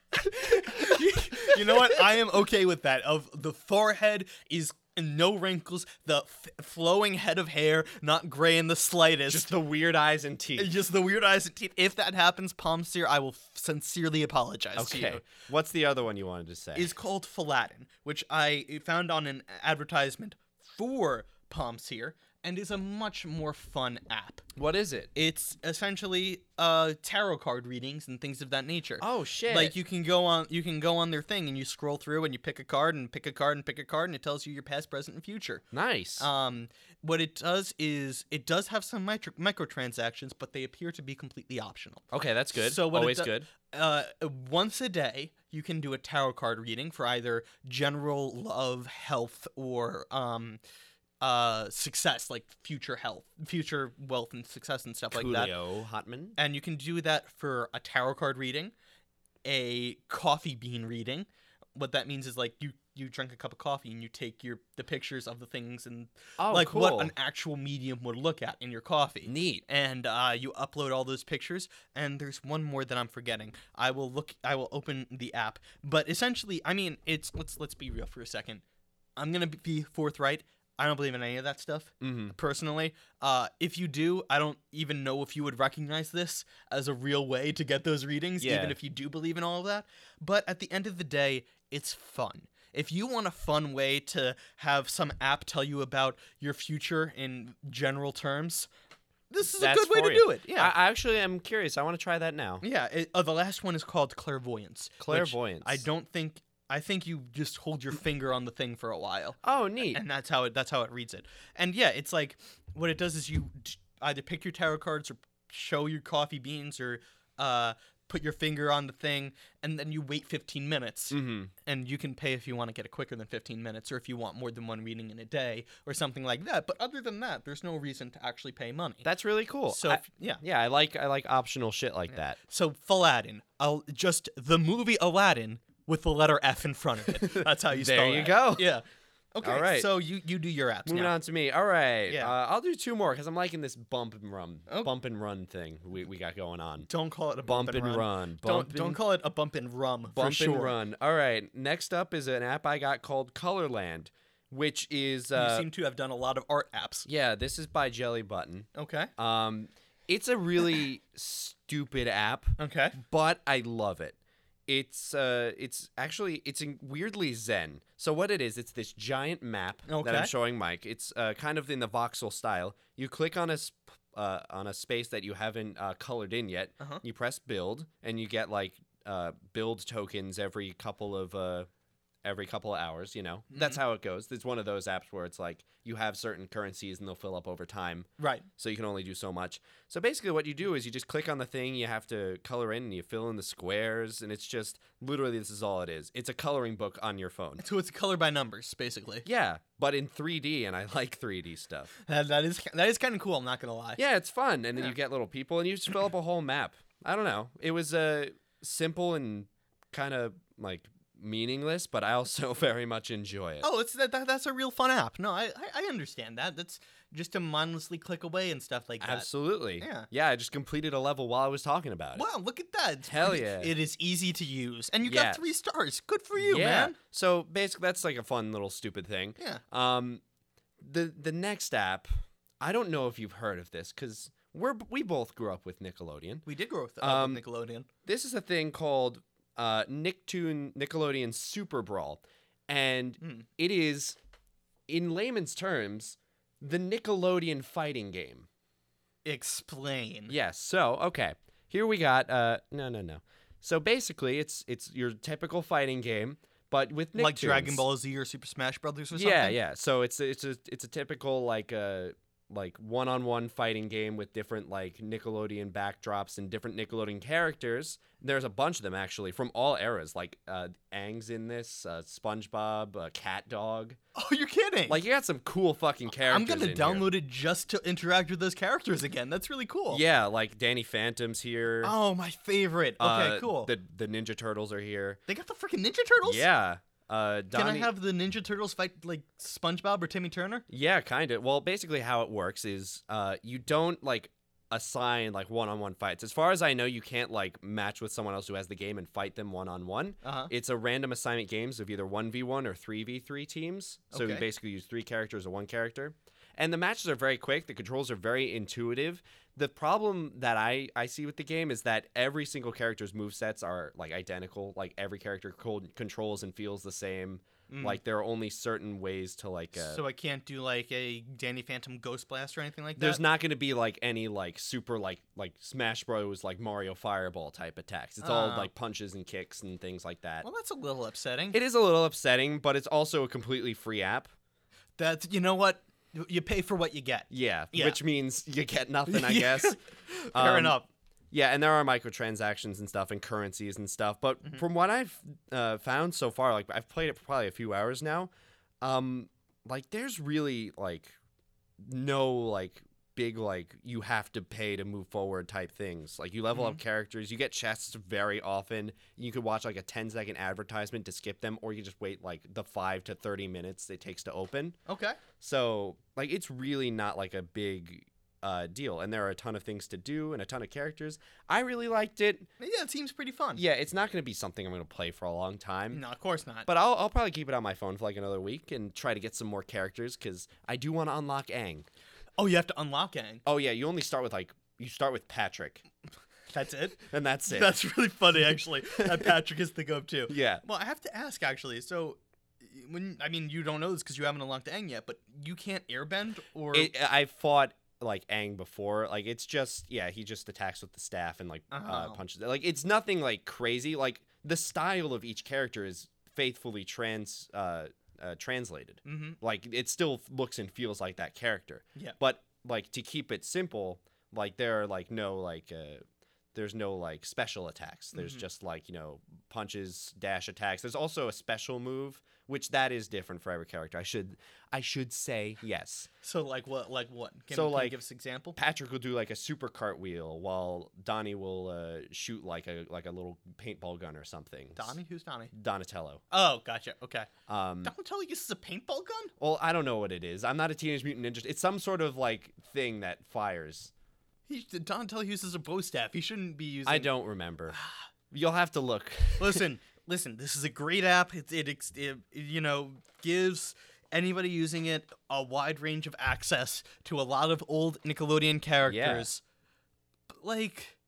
Speaker 2: you know what? I am okay with that. Of the forehead is no wrinkles, the f- flowing head of hair not gray in the slightest.
Speaker 1: Just the weird eyes and
Speaker 2: It's
Speaker 1: teeth.
Speaker 2: just the weird eyes and teeth. If that happens, Palm Sear, I will sincerely apologize to
Speaker 1: Okay.
Speaker 2: you.
Speaker 1: What's the other one you wanted to say?
Speaker 2: Is called Falatin, which I found on an advertisement for Palm Sear, and is a much more fun app.
Speaker 1: what is it?
Speaker 2: It's essentially uh, tarot card readings and things of that nature.
Speaker 1: Oh shit.
Speaker 2: Like you can go on you can go on their thing and you scroll through and you pick a card and pick a card and pick a card and it tells you your past, present, and future.
Speaker 1: nice.
Speaker 2: Um, what it does is it does have some micro- microtransactions, but they appear to be completely optional.
Speaker 1: okay, that's good.
Speaker 2: so what it
Speaker 1: always
Speaker 2: do-
Speaker 1: good.
Speaker 2: Uh, once a day, you can do a tarot card reading for either general love, health, or um, uh, success, like future health, future wealth, and success and stuff like that
Speaker 1: Coolio Hotman.
Speaker 2: and you can do that for a tarot card reading, a coffee bean reading. What that means is like you you drink a cup of coffee and you take your the pictures of the things and
Speaker 1: Oh,
Speaker 2: like
Speaker 1: cool.
Speaker 2: what an actual medium would look at in your coffee.
Speaker 1: Neat.
Speaker 2: And uh, you upload all those pictures. And there's one more that I'm forgetting. I will look. I will open the app. But essentially, I mean, it's let's let's be real for a second. I'm gonna be forthright. I don't believe in any of that stuff
Speaker 1: hmm
Speaker 2: personally. Uh, if you do, I don't even know if you would recognize this as a real way to get those readings,
Speaker 1: Yeah.
Speaker 2: even if you do believe in all of that. But at the end of the day, it's fun. If you want a fun way to have some app tell you about your future in general terms, this is
Speaker 1: That's
Speaker 2: a good way
Speaker 1: for
Speaker 2: to
Speaker 1: you.
Speaker 2: do it. Yeah.
Speaker 1: I, I actually am curious. I want to try that now.
Speaker 2: yeah. It, oh, the last one is called clairvoyance. which
Speaker 1: Clairvoyance.
Speaker 2: I don't think. I think you just hold your finger on the thing for a while
Speaker 1: Oh, neat.
Speaker 2: and that's how it that's how it reads it and yeah it's like what it does is you d- either pick your tarot cards or show your coffee beans or uh put your finger on the thing and then you wait 15 minutes
Speaker 1: hmm
Speaker 2: and you can pay if you want to get it quicker than 15 minutes or if you want more than one reading in a day or something like that but other than that there's no reason to actually pay money
Speaker 1: That's really cool.
Speaker 2: so
Speaker 1: I-
Speaker 2: if- yeah
Speaker 1: yeah, I like I like optional shit like that.
Speaker 2: so Aladdin I'll just the movie Aladdin with the letter F in front of it that's how you
Speaker 1: There
Speaker 2: spell
Speaker 1: you
Speaker 2: that.
Speaker 1: go.
Speaker 2: yeah okay
Speaker 1: All right.
Speaker 2: so you you do your apps
Speaker 1: Moving
Speaker 2: now
Speaker 1: on to me. All right.
Speaker 2: Yeah.
Speaker 1: Uh, I'll do two more because I'm liking this bump and run,
Speaker 2: Oh.
Speaker 1: bump and run thing we, we got going on.
Speaker 2: Don't call it a
Speaker 1: Bump and run.
Speaker 2: Don't
Speaker 1: Bump and,
Speaker 2: don't call it a bump and rum.
Speaker 1: bump
Speaker 2: for sure.
Speaker 1: and run. All right. Next up is an app I got called Colorland, which is
Speaker 2: you
Speaker 1: uh,
Speaker 2: seem to have done a lot of art apps.
Speaker 1: yeah. This is by Jelly Button.
Speaker 2: Okay.
Speaker 1: Um, it's a really stupid app,
Speaker 2: Okay.
Speaker 1: but I love it. It's uh, it's actually it's in weirdly zen. So what it is, it's this giant map that I'm
Speaker 2: Okay.
Speaker 1: showing Mike. It's uh, kind of in the voxel style. You click on a sp- uh, on a space that you haven't uh, colored in yet.
Speaker 2: Uh-huh.
Speaker 1: You press build, and you get like uh, build tokens every couple of uh, every couple of hours. You know that's
Speaker 2: Mm-hmm.
Speaker 1: how it goes. It's one of those apps where it's like you have certain currencies and they'll fill up over time
Speaker 2: Right.
Speaker 1: so you can only do so much. So basically, what you do is you just click on the thing you have to color in, and you fill in the squares, and it's just literally this is all it is. It's a coloring book on your phone.
Speaker 2: So it's color by numbers, basically.
Speaker 1: Yeah, but in 3D, and I like 3D stuff.
Speaker 2: That, that is that is kind of cool. I'm not gonna lie.
Speaker 1: Yeah, it's fun, and then you get little people, and you just fill up a whole map. I don't know. It was uh, simple and kind of like meaningless, but I also very much enjoy it.
Speaker 2: Oh, it's that, that that's a real fun app. No, I, I I understand that. That's just to mindlessly click away and stuff like that.
Speaker 1: Absolutely.
Speaker 2: Yeah.
Speaker 1: Yeah, I just completed a level while I was talking about it.
Speaker 2: Wow, look at that. It's
Speaker 1: Hell
Speaker 2: pretty-
Speaker 1: yeah.
Speaker 2: It is easy to use, and you
Speaker 1: Yeah.
Speaker 2: got three stars. Good for you,
Speaker 1: yeah.
Speaker 2: man.
Speaker 1: So basically, that's like a fun little stupid thing.
Speaker 2: Yeah.
Speaker 1: Um, the the next app, I don't know if you've heard of this because We're we both grew up with Nickelodeon.
Speaker 2: We did grow with,
Speaker 1: Um,
Speaker 2: with Nickelodeon.
Speaker 1: This is a thing called uh, Nicktoon Nickelodeon Super Brawl, and
Speaker 2: Hmm.
Speaker 1: it is, in layman's terms, the Nickelodeon fighting game.
Speaker 2: Explain.
Speaker 1: Yes. So okay, here we got. Uh, no, no, no. So basically, it's it's your typical fighting game, but with Nicktoons.
Speaker 2: like Dragon Ball Z or Super Smash Brothers or something.
Speaker 1: Yeah, yeah. So it's a- it's a it's a typical like uh like one-on-one fighting game with different like Nickelodeon backdrops and different Nickelodeon characters. There's a bunch of them actually from all eras. Like uh, Ang's in this, uh, SpongeBob, uh, Cat Dog.
Speaker 2: Oh, you're kidding.
Speaker 1: Like you got some cool fucking characters.
Speaker 2: I'm gonna
Speaker 1: in here.
Speaker 2: download it just to interact with those characters again. That's really cool.
Speaker 1: Yeah, like Danny Phantom's here.
Speaker 2: Oh, my favorite. Okay,
Speaker 1: Uh,
Speaker 2: cool.
Speaker 1: The the Ninja Turtles are here.
Speaker 2: they got the freaking Ninja Turtles.
Speaker 1: Yeah. Uh, Donnie,
Speaker 2: Can I have the Ninja Turtles fight like SpongeBob or Timmy Turner?
Speaker 1: Yeah, kind of. Well, basically, how it works is uh, you don't like assign like one-on-one fights. As far as I know, you can't like match with someone else who has the game and fight them one-on-one.
Speaker 2: Uh huh.
Speaker 1: It's a random assignment games of either one v one or three v three teams. So you
Speaker 2: Okay.
Speaker 1: basically use three characters or one character. And the matches are very quick. The controls are very intuitive. The problem that I, I see with the game is that every single character's movesets are like identical. Like every character co- controls and feels the same.
Speaker 2: Mm.
Speaker 1: Like there are only certain ways to like uh,
Speaker 2: So I can't do like a Danny Phantom Ghost Blast or anything like that.
Speaker 1: there's not going to be like any like super like like Smash Bros like Mario Fireball type attacks. It's all
Speaker 2: Ah.
Speaker 1: like punches and kicks and things like that.
Speaker 2: Well, that's a little upsetting.
Speaker 1: It is a little upsetting, but it's also a completely free app.
Speaker 2: that's you know what You- you pay for what you get.
Speaker 1: Yeah,
Speaker 2: Yeah.
Speaker 1: which means you get nothing, I guess. Um,
Speaker 2: Fair enough.
Speaker 1: Yeah, and there are microtransactions and stuff and currencies and stuff. But from what I've uh, found so far, like I've played it for probably a few hours now, um, like there's really like no like big like you have to pay to move forward type things. Like you level up characters, you get chests very often. You could watch like a 10 second advertisement to skip them, or you just wait like the five to 30 minutes it takes to open.
Speaker 2: Okay.
Speaker 1: So like it's really not like a big uh, deal, and there are a ton of things to do and a ton of characters. I really liked it.
Speaker 2: Yeah, it seems pretty fun.
Speaker 1: Yeah, it's not going to be something I'm going to play for a long time,
Speaker 2: No, of course not.
Speaker 1: but I'll, I'll probably keep it on my phone for like another week and try to get some more characters because I do want to unlock Aang.
Speaker 2: oh, you have to unlock Aang.
Speaker 1: Oh yeah, you only start with like you start with Patrick,
Speaker 2: That's it.
Speaker 1: and that's it.
Speaker 2: That's really funny, actually. that Patrick is the go too.
Speaker 1: yeah.
Speaker 2: Well, I have to ask, actually. So, when I mean, you don't know this because you haven't unlocked Aang yet, but you can't airbend or
Speaker 1: It, I fought like Aang before. Like it's just yeah, he just attacks with the staff and like uh,
Speaker 2: Oh.
Speaker 1: punches. Like it's nothing like crazy. Like the style of each character is faithfully trans uh, uh, translated.
Speaker 2: Mhm.
Speaker 1: Like it still f- looks and feels like that character.
Speaker 2: Yeah.
Speaker 1: But like to keep it simple, like there are like no like. Uh, there's no like special attacks. There's
Speaker 2: Mhm.
Speaker 1: just like, you know, punches, dash attacks. There's also a special move, which that is different for every character. I should I should say yes.
Speaker 2: So, like what? Like what? Can,
Speaker 1: So,
Speaker 2: can
Speaker 1: like-
Speaker 2: you give us an example?
Speaker 1: Patrick will do like a super cartwheel while Donnie will uh, shoot like a like a little paintball gun or something.
Speaker 2: Donnie? Who's Donnie?
Speaker 1: Donatello.
Speaker 2: Oh, gotcha. Okay.
Speaker 1: Um,
Speaker 2: Donatello uses a paintball gun.
Speaker 1: well, I don't know what it is. I'm not a teenage mutant ninja. It's some sort of like thing that fires.
Speaker 2: He Donatello uses a bow staff. He shouldn't be using.
Speaker 1: I don't remember.
Speaker 2: Ah.
Speaker 1: You'll have to look.
Speaker 2: listen, listen. This is a great app. It, it, ex- it you know gives anybody using it a wide range of access to a lot of old Nickelodeon characters. But like,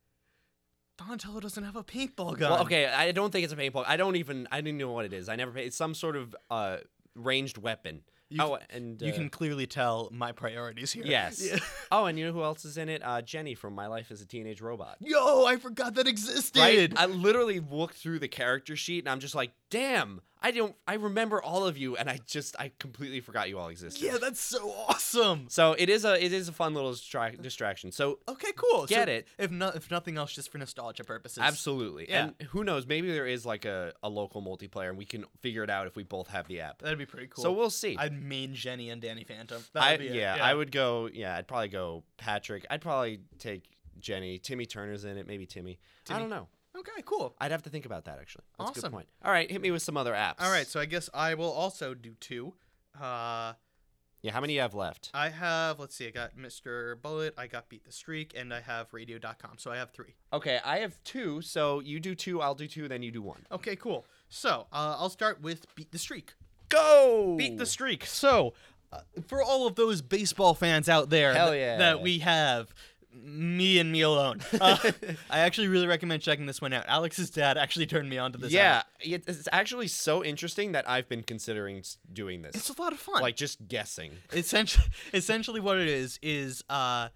Speaker 2: Donatello doesn't have a paintball gun.
Speaker 1: Well, okay, I don't think it's a paintball. I don't even. I didn't know what it is. I never. pa- It's some sort of uh, ranged weapon.
Speaker 2: You
Speaker 1: oh, and
Speaker 2: you
Speaker 1: uh,
Speaker 2: can clearly tell my priorities here.
Speaker 1: Yes.
Speaker 2: Yeah.
Speaker 1: Oh, and you know who else is in it? Uh, Jenny from My Life as a Teenage Robot.
Speaker 2: Yo, I forgot that existed.
Speaker 1: Right? I literally looked through the character sheet and I'm just like, damn, I don't I remember all of you and I just I completely forgot you all existed.
Speaker 2: yeah, that's so awesome.
Speaker 1: So it is a it is a fun little distract distraction. So
Speaker 2: Okay, cool.
Speaker 1: Get
Speaker 2: So
Speaker 1: it.
Speaker 2: If no, if nothing else, just for nostalgia purposes.
Speaker 1: absolutely.
Speaker 2: yeah.
Speaker 1: And who knows, maybe there is like a, a local multiplayer and we can figure it out if we both have the app.
Speaker 2: That'd be pretty cool.
Speaker 1: So we'll see.
Speaker 2: I'd main Jenny and Danny Phantom. That'd
Speaker 1: I,
Speaker 2: be it.
Speaker 1: yeah, I would go yeah, I'd probably go Patrick. I'd probably take Jenny. Timmy Turner's in it, maybe Timmy. I
Speaker 2: Timmy.
Speaker 1: don't know.
Speaker 2: Okay, cool.
Speaker 1: I'd have to think about that actually. That's a
Speaker 2: Awesome.
Speaker 1: good point. All right, hit me with some other apps.
Speaker 2: All right, so I guess I will also do two. Uh,
Speaker 1: yeah, how many do you have left?
Speaker 2: I have, let's see, I got Mr. Bullet, I got Beat the Streak, and I have Radio.com. So I have three.
Speaker 1: Okay, I have two, so you do two, I'll do two, then you do one.
Speaker 2: Okay, cool. So uh, I'll start with Beat the Streak.
Speaker 1: Go!
Speaker 2: Beat the Streak. So uh, for all of those baseball fans out there
Speaker 1: Hell
Speaker 2: th-
Speaker 1: yeah.
Speaker 2: that we have, me and me alone. Uh, I actually really recommend checking this one out. Alex's dad actually turned me on to this.
Speaker 1: yeah,
Speaker 2: app.
Speaker 1: it- it's actually so interesting that I've been considering s- doing this.
Speaker 2: it's a lot of fun.
Speaker 1: like just guessing.
Speaker 2: essentially, essentially what it is is uh,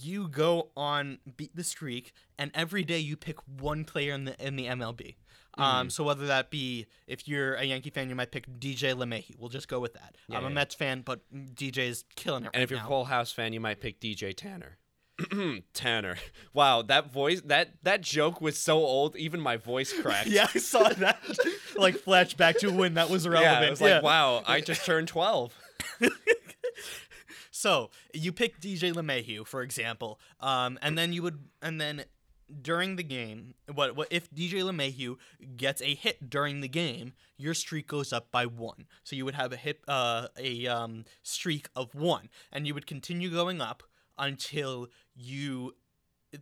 Speaker 2: you go on beat the streak, and every day you pick one player in the in the MLB. Um,
Speaker 1: Mm.
Speaker 2: so whether that be if you're a Yankee fan, you might pick DJ LeMahieu. We'll just go with that.
Speaker 1: Yeah,
Speaker 2: I'm a
Speaker 1: yeah.
Speaker 2: Mets fan, but DJ is killing it.
Speaker 1: And if you're
Speaker 2: now.
Speaker 1: a Full House fan, you might pick DJ Tanner. Tanner. Wow, that voice that that joke was so old, even my voice cracked.
Speaker 2: yeah, I saw that. like flashback to when that was
Speaker 1: Yeah,
Speaker 2: relevant.
Speaker 1: I was like, wow, I just turned 12.
Speaker 2: So you pick DJ LeMahieu, for example, um, and then you would, and then during the game, what, what if DJ LeMahieu gets a hit during the game? Your streak goes up by one, so you would have a hit, uh, a um, streak of one, and you would continue going up until you.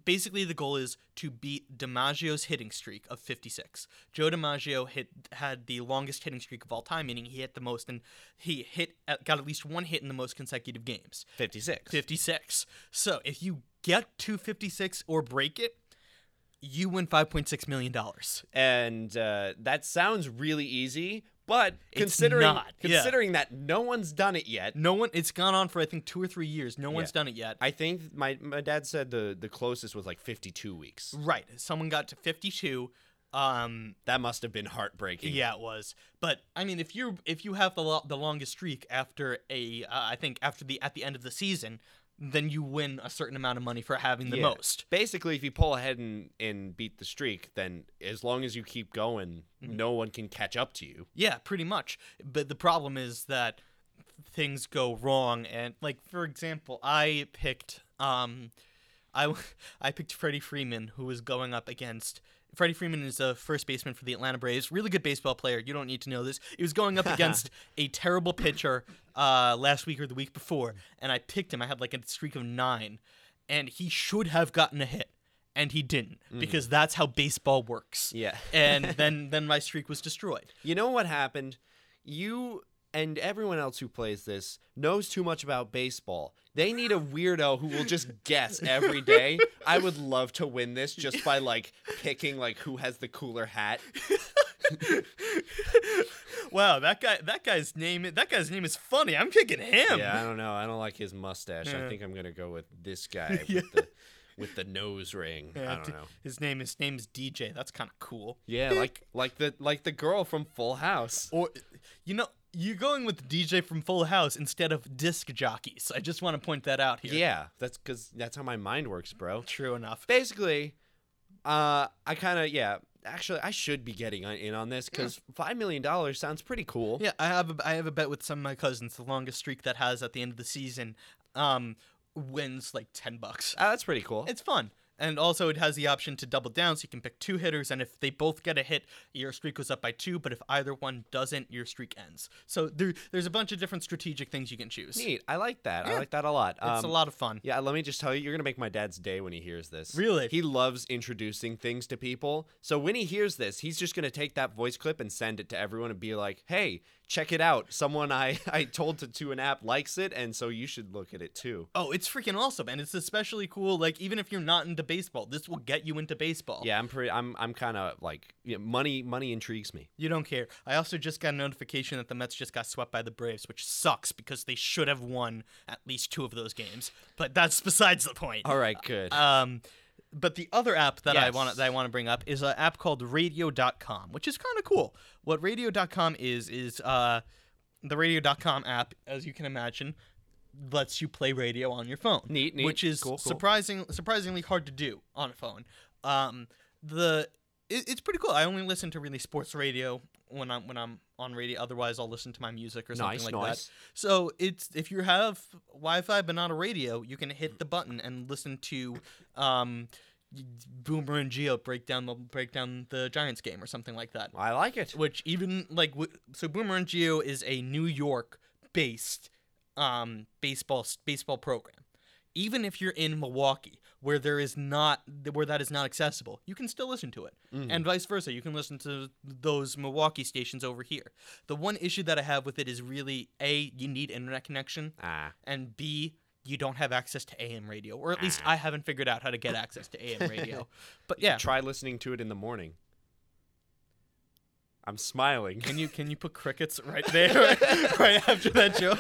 Speaker 2: Basically, the goal is to beat DiMaggio's hitting streak of 56. Joe DiMaggio hit had the longest hitting streak of all time, meaning he hit the most, and he hit got at least one hit in the most consecutive games.
Speaker 1: 56.
Speaker 2: 56. So if you get to 56 or break it, you win 5.6 million dollars.
Speaker 1: And uh, that sounds really easy, but
Speaker 2: It's
Speaker 1: considering
Speaker 2: not, yeah.
Speaker 1: considering that no one's done it yet,
Speaker 2: No one. It's gone on for I think two or three years. No one's
Speaker 1: Yeah.
Speaker 2: done it yet.
Speaker 1: I think my my dad said the the closest was like 52 weeks.
Speaker 2: right. Someone got to 52. Um.
Speaker 1: That must have been heartbreaking.
Speaker 2: Yeah, it was. But I mean, if you if you have the lo- the longest streak after a uh, I think after the at the end of the season, then you win a certain amount of money for having the
Speaker 1: Yeah.
Speaker 2: most.
Speaker 1: Basically, if you pull ahead and, and beat the streak, then as long as you keep going, no one can catch up to you.
Speaker 2: Yeah, pretty much. But the problem is that things go wrong, and like for example, I picked um, I w- I picked Freddie Freeman, who was going up against. Freddie Freeman is a first baseman for the Atlanta Braves. Really good baseball player. You don't need to know this. He was going up against a terrible pitcher uh, last week or the week before, and I picked him. I had like a streak of nine, and he should have gotten a hit, and he didn't because that's how baseball works.
Speaker 1: Yeah.
Speaker 2: and then then my streak was destroyed.
Speaker 1: You know what happened? You and everyone else who plays this knows too much about baseball. They need a weirdo who will just guess every day. I would love to win this just by like picking like who has the cooler hat.
Speaker 2: wow, that guy that guy's name that guy's name is funny. I'm kicking him.
Speaker 1: Yeah, I don't know. I don't like his mustache. I
Speaker 2: Yeah.
Speaker 1: think I'm gonna go with this guy
Speaker 2: Yeah.
Speaker 1: with the with the nose ring.
Speaker 2: Yeah,
Speaker 1: I don't
Speaker 2: d-
Speaker 1: know.
Speaker 2: His name his name's DJ. That's kind of cool.
Speaker 1: Yeah, like like the like the girl from Full House.
Speaker 2: Or you know, you're going with DJ from Full House instead of disc jockeys. I just want to point that out here.
Speaker 1: Yeah, that's because that's how my mind works, bro.
Speaker 2: True enough.
Speaker 1: basically, uh, I kind of yeah. Actually, I should be getting on- in on this because five million dollars sounds pretty cool.
Speaker 2: Yeah, I have a, I have a bet with some of my cousins. The longest streak that has at the end of the season um, wins like ten bucks.
Speaker 1: Ah, that's pretty cool.
Speaker 2: It's fun. And also, it has the option to double down, so you can pick two hitters, and if they both get a hit, your streak goes up by two. But if either one doesn't, your streak ends. So there, there's a bunch of different strategic things you can choose.
Speaker 1: Neat. I like that.
Speaker 2: Yeah.
Speaker 1: I like that a lot.
Speaker 2: It's a
Speaker 1: Um,
Speaker 2: lot of fun.
Speaker 1: Yeah, let me just tell you, you're gonna make my dad's day when he hears this.
Speaker 2: Really?
Speaker 1: He loves introducing things to people. So when he hears this, he's just gonna take that voice clip and send it to everyone and be like, "Hey, check it out! Someone I I told to to an app likes it, and so you should look at it too."
Speaker 2: Oh, it's freaking awesome, and it's especially cool. Like even if you're not into baseball, this will get you into baseball.
Speaker 1: Yeah, I'm pretty. I'm I'm kind of like you know, money. Money intrigues me.
Speaker 2: You don't care. I also just got a notification that the Mets just got swept by the Braves, which sucks because they should have won at least two of those games. But that's besides the point.
Speaker 1: All right, good.
Speaker 2: Um, but the other app that I
Speaker 1: Yes.
Speaker 2: want that I want to bring up is an app called Radio.com, which is kind of cool. What Radio.com is is uh, the Radio.com app, as you can imagine, lets you play radio on your phone.
Speaker 1: Neat, neat.
Speaker 2: Which is
Speaker 1: Cool, cool.
Speaker 2: surprising, surprisingly hard to do on a phone. Um, the it, it's pretty cool. I only listen to really sports radio when I'm when I'm on radio. Otherwise, I'll listen to my music or something
Speaker 1: Nice,
Speaker 2: like that.
Speaker 1: nice.
Speaker 2: So it's if you have Wi-Fi but not a radio, you can hit the button and listen to um, Boomer and Geo break down the break down the Giants game or something like that.
Speaker 1: I like it.
Speaker 2: Which even like w- so, Boomer and Geo is a New York-based um, baseball baseball program. Even if you're in Milwaukee, where there is not where that is not accessible, you can still listen to it,
Speaker 1: Hmm. Mm.
Speaker 2: and vice versa. You can listen to those Milwaukee stations over here. The one issue that I have with it is really a you need internet connection,
Speaker 1: Ah,
Speaker 2: and b you don't have access to AM radio, or at least I haven't figured out how to get access to AM radio. But yeah,
Speaker 1: Try listening to it in the morning. I'm smiling.
Speaker 2: can you can you put crickets right there, right after that joke?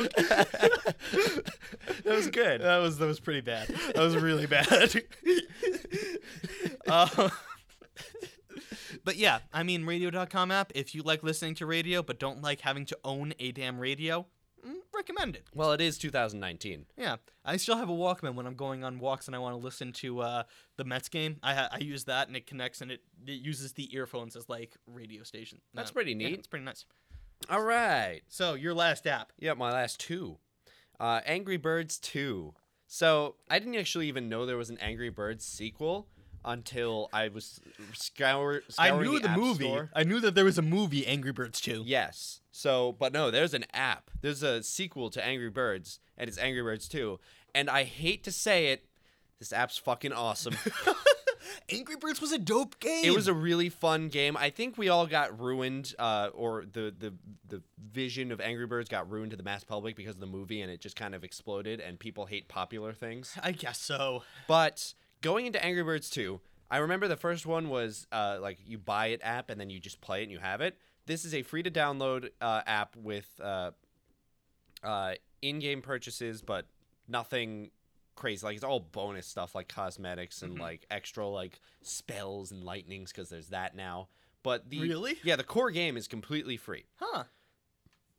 Speaker 1: That was good.
Speaker 2: That was that was pretty bad. That was really bad. Uh, but yeah, I mean, radio.com app. If you like listening to radio but don't like having to own a damn radio, mm, recommend it.
Speaker 1: Well, it is 2019.
Speaker 2: Yeah, I still have a Walkman when I'm going on walks and I want to listen to uh, the Mets game. I ha- I use that and it connects and it, it uses the earphones as like radio station.
Speaker 1: That's
Speaker 2: Uh,
Speaker 1: pretty
Speaker 2: yeah,
Speaker 1: neat.
Speaker 2: it's pretty nice.
Speaker 1: All right.
Speaker 2: So your last app.
Speaker 1: Yeah, my last two. Uh, Angry Birds 2. So I didn't actually even know there was an Angry Birds sequel until I was scour-
Speaker 2: I
Speaker 1: scouring
Speaker 2: knew the,
Speaker 1: App
Speaker 2: movie.
Speaker 1: Store.
Speaker 2: I knew that there was a movie Angry Birds 2.
Speaker 1: Yes. So, but no, there's an app. There's a sequel to Angry Birds, and it's Angry Birds 2. And I hate to say it, this app's fucking awesome.
Speaker 2: Angry Birds was a dope game.
Speaker 1: it was a really fun game. I think we all got ruined, uh, or the, the the vision of Angry Birds got ruined to the mass public because of the movie, and it just kind of exploded. And people hate popular things.
Speaker 2: I guess so.
Speaker 1: But going into Angry Birds 2, I remember the first one was uh, like you buy it app and then you just play it and you have it. This is a free to download uh, app with uh, uh, in game purchases, but nothing crazy. Like it's all bonus stuff like cosmetics and like extra like spells and lightnings because there's that now. But the
Speaker 2: Really?
Speaker 1: yeah, the core game is completely free.
Speaker 2: Huh.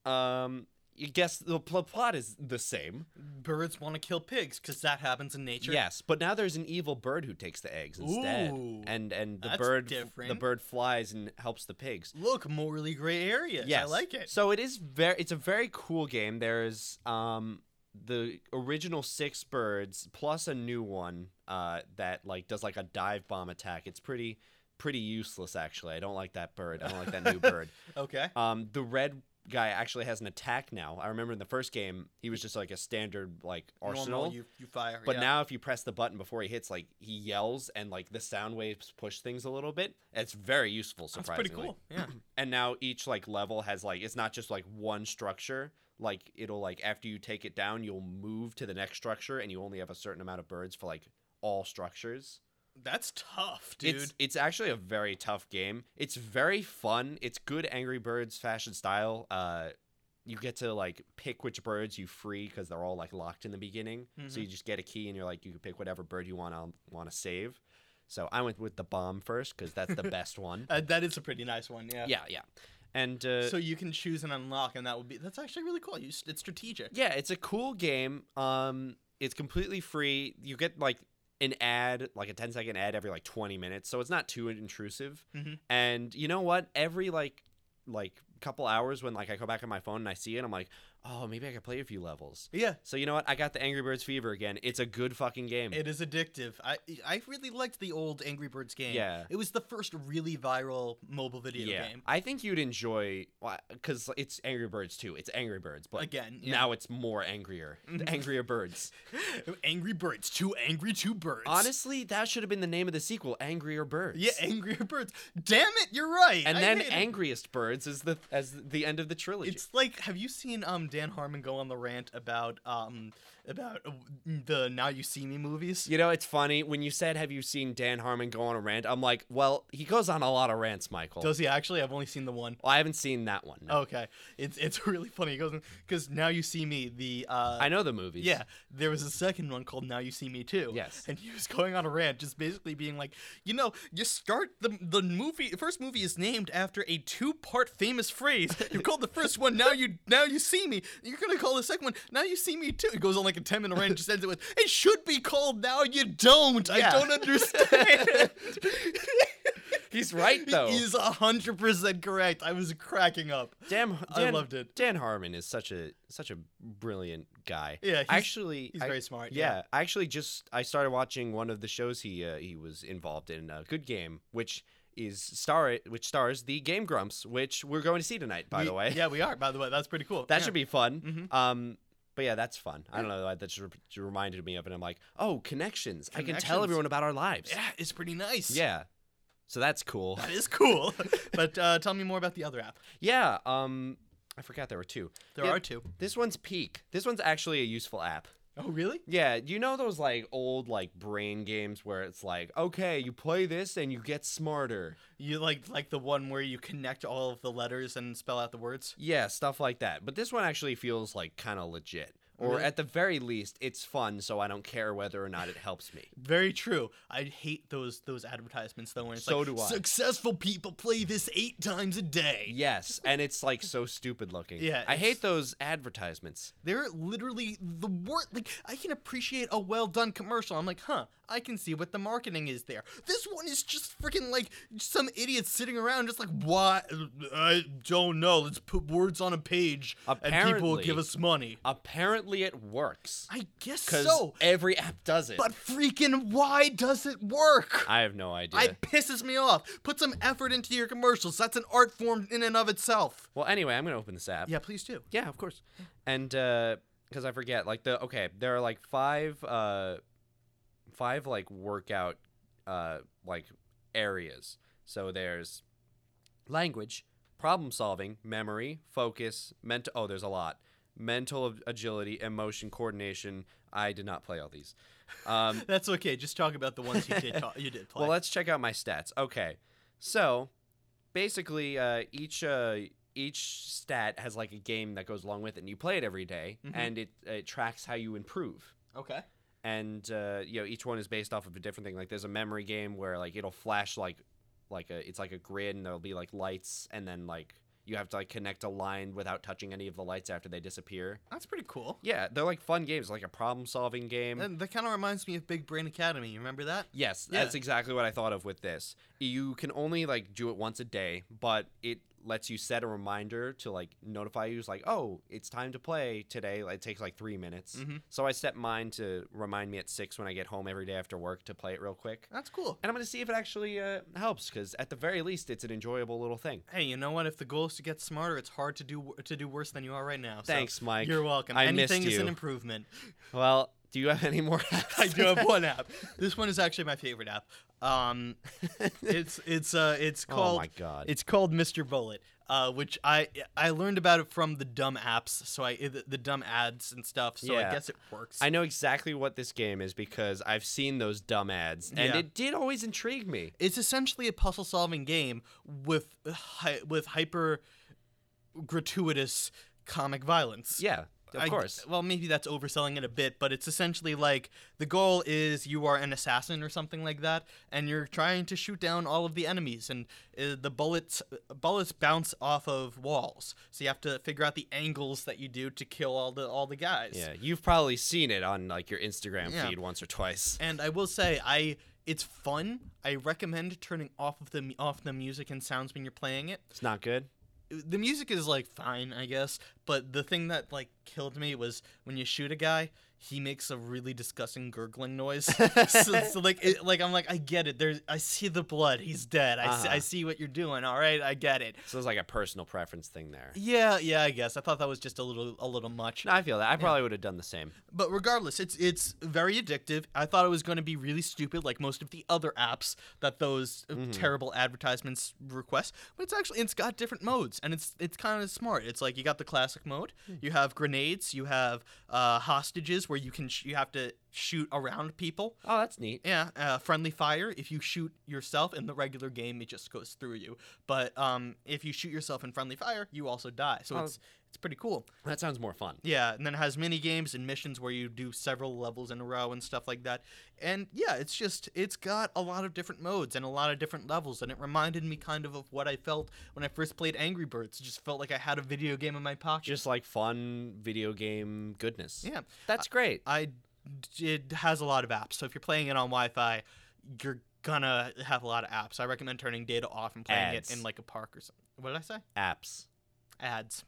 Speaker 1: Um, you guess the pl- plot is the same.
Speaker 2: Birds want to kill pigs because that happens in nature.
Speaker 1: Yes, but now there's an evil bird who takes the eggs instead,
Speaker 2: Ooh,
Speaker 1: and and the
Speaker 2: that's
Speaker 1: bird the
Speaker 2: different.
Speaker 1: bird flies and helps the pigs.
Speaker 2: Look, morally gray areas.
Speaker 1: Yes,
Speaker 2: I like it.
Speaker 1: So it is very it's a very cool game. There's um the original six birds plus a new one uh that like does like a dive bomb attack. It's pretty pretty useless actually. I don't like that bird. I don't like that new bird.
Speaker 2: Okay.
Speaker 1: Um, the red guy actually has an attack now. I remember in the first game he was just like a standard like arsenal.
Speaker 2: Normal, you, you fire.
Speaker 1: But
Speaker 2: yeah.
Speaker 1: now, if you press the button before he hits, like he yells and like the sound waves push things a little bit. It's very useful,
Speaker 2: that's
Speaker 1: surprisingly.
Speaker 2: pretty cool. Yeah.
Speaker 1: And now each like level has like it's not just like one structure. Like it'll like after you take it down, you'll move to the next structure, and you only have a certain amount of birds for like all structures.
Speaker 2: That's tough, dude.
Speaker 1: It's it's actually a very tough game. It's very fun. It's good Angry Birds fashion style. Uh, you get to like pick which birds you free because they're all like locked in the beginning. So
Speaker 2: Mhm.
Speaker 1: you just get a key and you're like you can pick whatever bird you want to want to save. So I went with the bomb first because that's the best one.
Speaker 2: Uh, that is a pretty nice one. Yeah.
Speaker 1: Yeah, yeah, and uh,
Speaker 2: So you can choose and unlock, and that would be that's actually really cool. You, s- it's strategic.
Speaker 1: Yeah, it's a cool game. Um, it's completely free. You get like an ad, like a 10 second ad every like 20 minutes, so it's not too intrusive.
Speaker 2: Mhm.
Speaker 1: And you know what? Every like like couple hours when like I go back on my phone and I see it, I'm like, "Oh, maybe I could play a few levels."
Speaker 2: Yeah.
Speaker 1: So you know what? I got the Angry Birds fever again. It's a good fucking game.
Speaker 2: It is addictive. I I really liked the old Angry Birds game.
Speaker 1: Yeah.
Speaker 2: It was the first really viral mobile video
Speaker 1: yeah.
Speaker 2: game.
Speaker 1: I think you'd enjoy cuz it's Angry Birds too. It's Angry Birds, but
Speaker 2: Again, yeah.
Speaker 1: now it's more angrier. Angrier Birds.
Speaker 2: Angry Birds, two angry two birds.
Speaker 1: Honestly, that should have been the name of the sequel, Angrier Birds.
Speaker 2: Yeah, Angrier Birds. Damn it, you're right.
Speaker 1: and
Speaker 2: I
Speaker 1: then
Speaker 2: made it.
Speaker 1: angriest birds is the as the end of the trilogy.
Speaker 2: It's like, have you seen um Dan Harmon go on the rant about um about uh, the Now You See Me movies?
Speaker 1: you know, it's funny when you said, "Have you seen Dan Harmon go on a rant?" I'm like, "Well, he goes on a lot of rants, Michael."
Speaker 2: Does Oh, he actually? I've only seen the one.
Speaker 1: well, I haven't seen that one. no.
Speaker 2: Okay, it's it's really funny. He goes because Now You See Me, the uh,
Speaker 1: I know the movies.
Speaker 2: Yeah, there was a second one called Now You See Me Too.
Speaker 1: Yes.
Speaker 2: and he was going on a rant, just basically being like, you know, you start the the movie. The first movie is named after a two part famous phrase. You called the first one Now You Now You See Me. You're gonna call the second one Now You See Me Too. It goes on like a ten minute rant, and just ends it with, it should be called Now You Don't. I
Speaker 1: Yeah.
Speaker 2: don't understand.
Speaker 1: he's right though.
Speaker 2: He's hundred percent correct. I was cracking up.
Speaker 1: Damn, Dan,
Speaker 2: I loved it.
Speaker 1: Dan Harmon is such a such a brilliant guy.
Speaker 2: Yeah, he's-
Speaker 1: actually,
Speaker 2: he's
Speaker 1: I-
Speaker 2: very smart,
Speaker 1: Yeah,
Speaker 2: yeah.
Speaker 1: I actually just I started watching one of the shows he uh, he was involved in, uh, Good Game, which is star which stars the Game Grumps, which we're going to see tonight. By
Speaker 2: We-
Speaker 1: the way,
Speaker 2: yeah, we are. By the way, that's pretty cool.
Speaker 1: That
Speaker 2: Yeah.
Speaker 1: should be fun.
Speaker 2: Mhm.
Speaker 1: Um, but yeah, that's fun. I don't know. That just re- just reminded me of it. I'm like, oh, connections. I can tell
Speaker 2: Connections.
Speaker 1: everyone about our lives.
Speaker 2: Yeah, it's pretty nice.
Speaker 1: Yeah. So that's cool.
Speaker 2: That is cool. but uh, tell me more about the other app.
Speaker 1: yeah. Um, I forgot there were two.
Speaker 2: There
Speaker 1: Yeah,
Speaker 2: are two.
Speaker 1: This one's Peak. This one's actually a useful app.
Speaker 2: Oh, really?
Speaker 1: Yeah, you know those like old like brain games where it's like, okay, you play this and you get smarter.
Speaker 2: You like like the one where you connect all of the letters and spell out the words?
Speaker 1: Yeah, stuff like that. But this one actually feels like kind of legit. Or
Speaker 2: Really?
Speaker 1: at the very least, it's fun, so I don't care whether or not it helps me.
Speaker 2: Very true. I hate those those advertisements though. Where it's
Speaker 1: So
Speaker 2: like,
Speaker 1: do I.
Speaker 2: Successful people play this eight times a day.
Speaker 1: Yes, and it's like so stupid looking.
Speaker 2: Yeah,
Speaker 1: I
Speaker 2: it's-
Speaker 1: hate those advertisements.
Speaker 2: They're literally the word. Like I can appreciate a well done commercial. I'm like, huh, I can see what the marketing is there. This one is just freaking like some idiot sitting around, just like, why? I don't know. Let's put words on a page, and people will give
Speaker 1: Apparently-
Speaker 2: us money.
Speaker 1: Apparently, it works
Speaker 2: I guess
Speaker 1: because
Speaker 2: so.
Speaker 1: every app does it.
Speaker 2: But freaking, why does it work?
Speaker 1: I have no idea.
Speaker 2: It pisses me off. Put some effort into your commercials. That's an art form in and of itself.
Speaker 1: Well, anyway, I'm gonna open this app.
Speaker 2: Yeah, please do.
Speaker 1: Yeah, of course. And because I forget, like the okay, there are like five, uh, five like workout, uh, like areas. So there's language, problem solving, memory, focus, mental. Oh, there's a lot. Mental ab- agility, emotion coordination. I did not play all these. Um,
Speaker 2: That's okay. Just talk about the ones you did. Talk, you did play.
Speaker 1: well, let's check out my stats. Okay, so basically, uh, each uh, each stat has like a game that goes along with it, and you play it every day,
Speaker 2: Mhm.
Speaker 1: and it it tracks how you improve.
Speaker 2: okay.
Speaker 1: And uh, you know, each one is based off of a different thing. Like there's a memory game where like it'll flash like like a it's like a grid, and there'll be like lights, and then like you have to like connect a line without touching any of the lights after they disappear.
Speaker 2: That's pretty cool.
Speaker 1: Yeah, they're like fun games, like a problem solving game.
Speaker 2: And that kind of reminds me of Big Brain Academy. You remember that?
Speaker 1: Yes,
Speaker 2: Yeah.
Speaker 1: that's exactly what I thought of with this. You can only like do it once a day, but it lets you set a reminder to like notify you. It's like, oh, it's time to play today. Like, It takes like three minutes.
Speaker 2: Mhm.
Speaker 1: So I set mine to remind me at six when I get home every day after work to play it real quick.
Speaker 2: That's cool.
Speaker 1: And I'm going to see if it actually uh, helps because at the very least, it's an enjoyable little thing.
Speaker 2: Hey, you know what? If the goal is to get smarter, it's hard to do wor- to do worse than you are right now. so
Speaker 1: Thanks, Mike.
Speaker 2: You're welcome.
Speaker 1: I missed
Speaker 2: Anything is an
Speaker 1: you.
Speaker 2: improvement.
Speaker 1: Well, do you have any more? apps?
Speaker 2: I do have one app. This one is actually my favorite app. Um, it's it's uh it's
Speaker 1: oh
Speaker 2: called
Speaker 1: my god!
Speaker 2: It's called Mr. Bullet, uh, which I I learned about it from the dumb apps, so I the, the dumb ads and stuff. So I
Speaker 1: Yeah.
Speaker 2: guess it works.
Speaker 1: I know exactly what this game is because I've seen those dumb ads, and
Speaker 2: Yeah.
Speaker 1: it did always intrigue me.
Speaker 2: it's essentially a puzzle solving game with hy- with hyper gratuitous comic violence.
Speaker 1: Yeah, of
Speaker 2: I-
Speaker 1: course.
Speaker 2: Well, maybe that's overselling it a bit, but it's essentially like the goal is you are an assassin or something like that, and you're trying to shoot down all of the enemies, and uh, the bullets bullets bounce off of walls, so you have to figure out the angles that you do to kill all the all the guys.
Speaker 1: Yeah, you've probably seen it on like your Instagram
Speaker 2: Yeah.
Speaker 1: feed once or twice.
Speaker 2: And I will say, I it's fun. I recommend turning off of the mu- off the music and sounds when you're playing it.
Speaker 1: It's not good.
Speaker 2: the music is like fine, I guess, but the thing that like killed me was when you shoot a guy, he makes a really disgusting gurgling noise. so, so like it, like I'm like I get it. There's I see the blood. He's dead. I see, I
Speaker 1: Uh-huh.
Speaker 2: see what you're doing. All right, I get it.
Speaker 1: So it's like a personal preference thing there.
Speaker 2: Yeah, yeah, I guess. I thought that was just a little a little much.
Speaker 1: No, I feel that. I probably would have done the same.
Speaker 2: But regardless, it's it's very addictive. I thought it was going to be really stupid, like most of the other apps that those uh, terrible advertisements request. But it's actually it's got different modes, and it's it's kind of smart. It's like you got the classic mode. You have grenades. You have uh, hostages where you can sh- you have to shoot around people.
Speaker 1: Oh, that's neat.
Speaker 2: Yeah, uh, friendly fire. If you shoot yourself in the regular game, it just goes through you. But um, if you shoot yourself in friendly fire, you also die. So
Speaker 1: Oh.
Speaker 2: it's it's pretty cool.
Speaker 1: That sounds more fun.
Speaker 2: Yeah, and then it has mini games and missions where you do several levels in a row and stuff like that. And yeah, it's just it's got a lot of different modes and a lot of different levels, and it reminded me kind of of what I felt when I first played Angry Birds. It just felt like I had a video game in my pocket.
Speaker 1: Just like fun video game goodness. Uh,
Speaker 2: yeah,
Speaker 1: That's great.
Speaker 2: I it has a lot of apps. So if you're playing it on Wi-Fi, you're gonna have a lot of apps. I recommend turning data off and playing
Speaker 1: Ads.
Speaker 2: it in like a park or something. What did I say?
Speaker 1: Apps.
Speaker 2: Ads.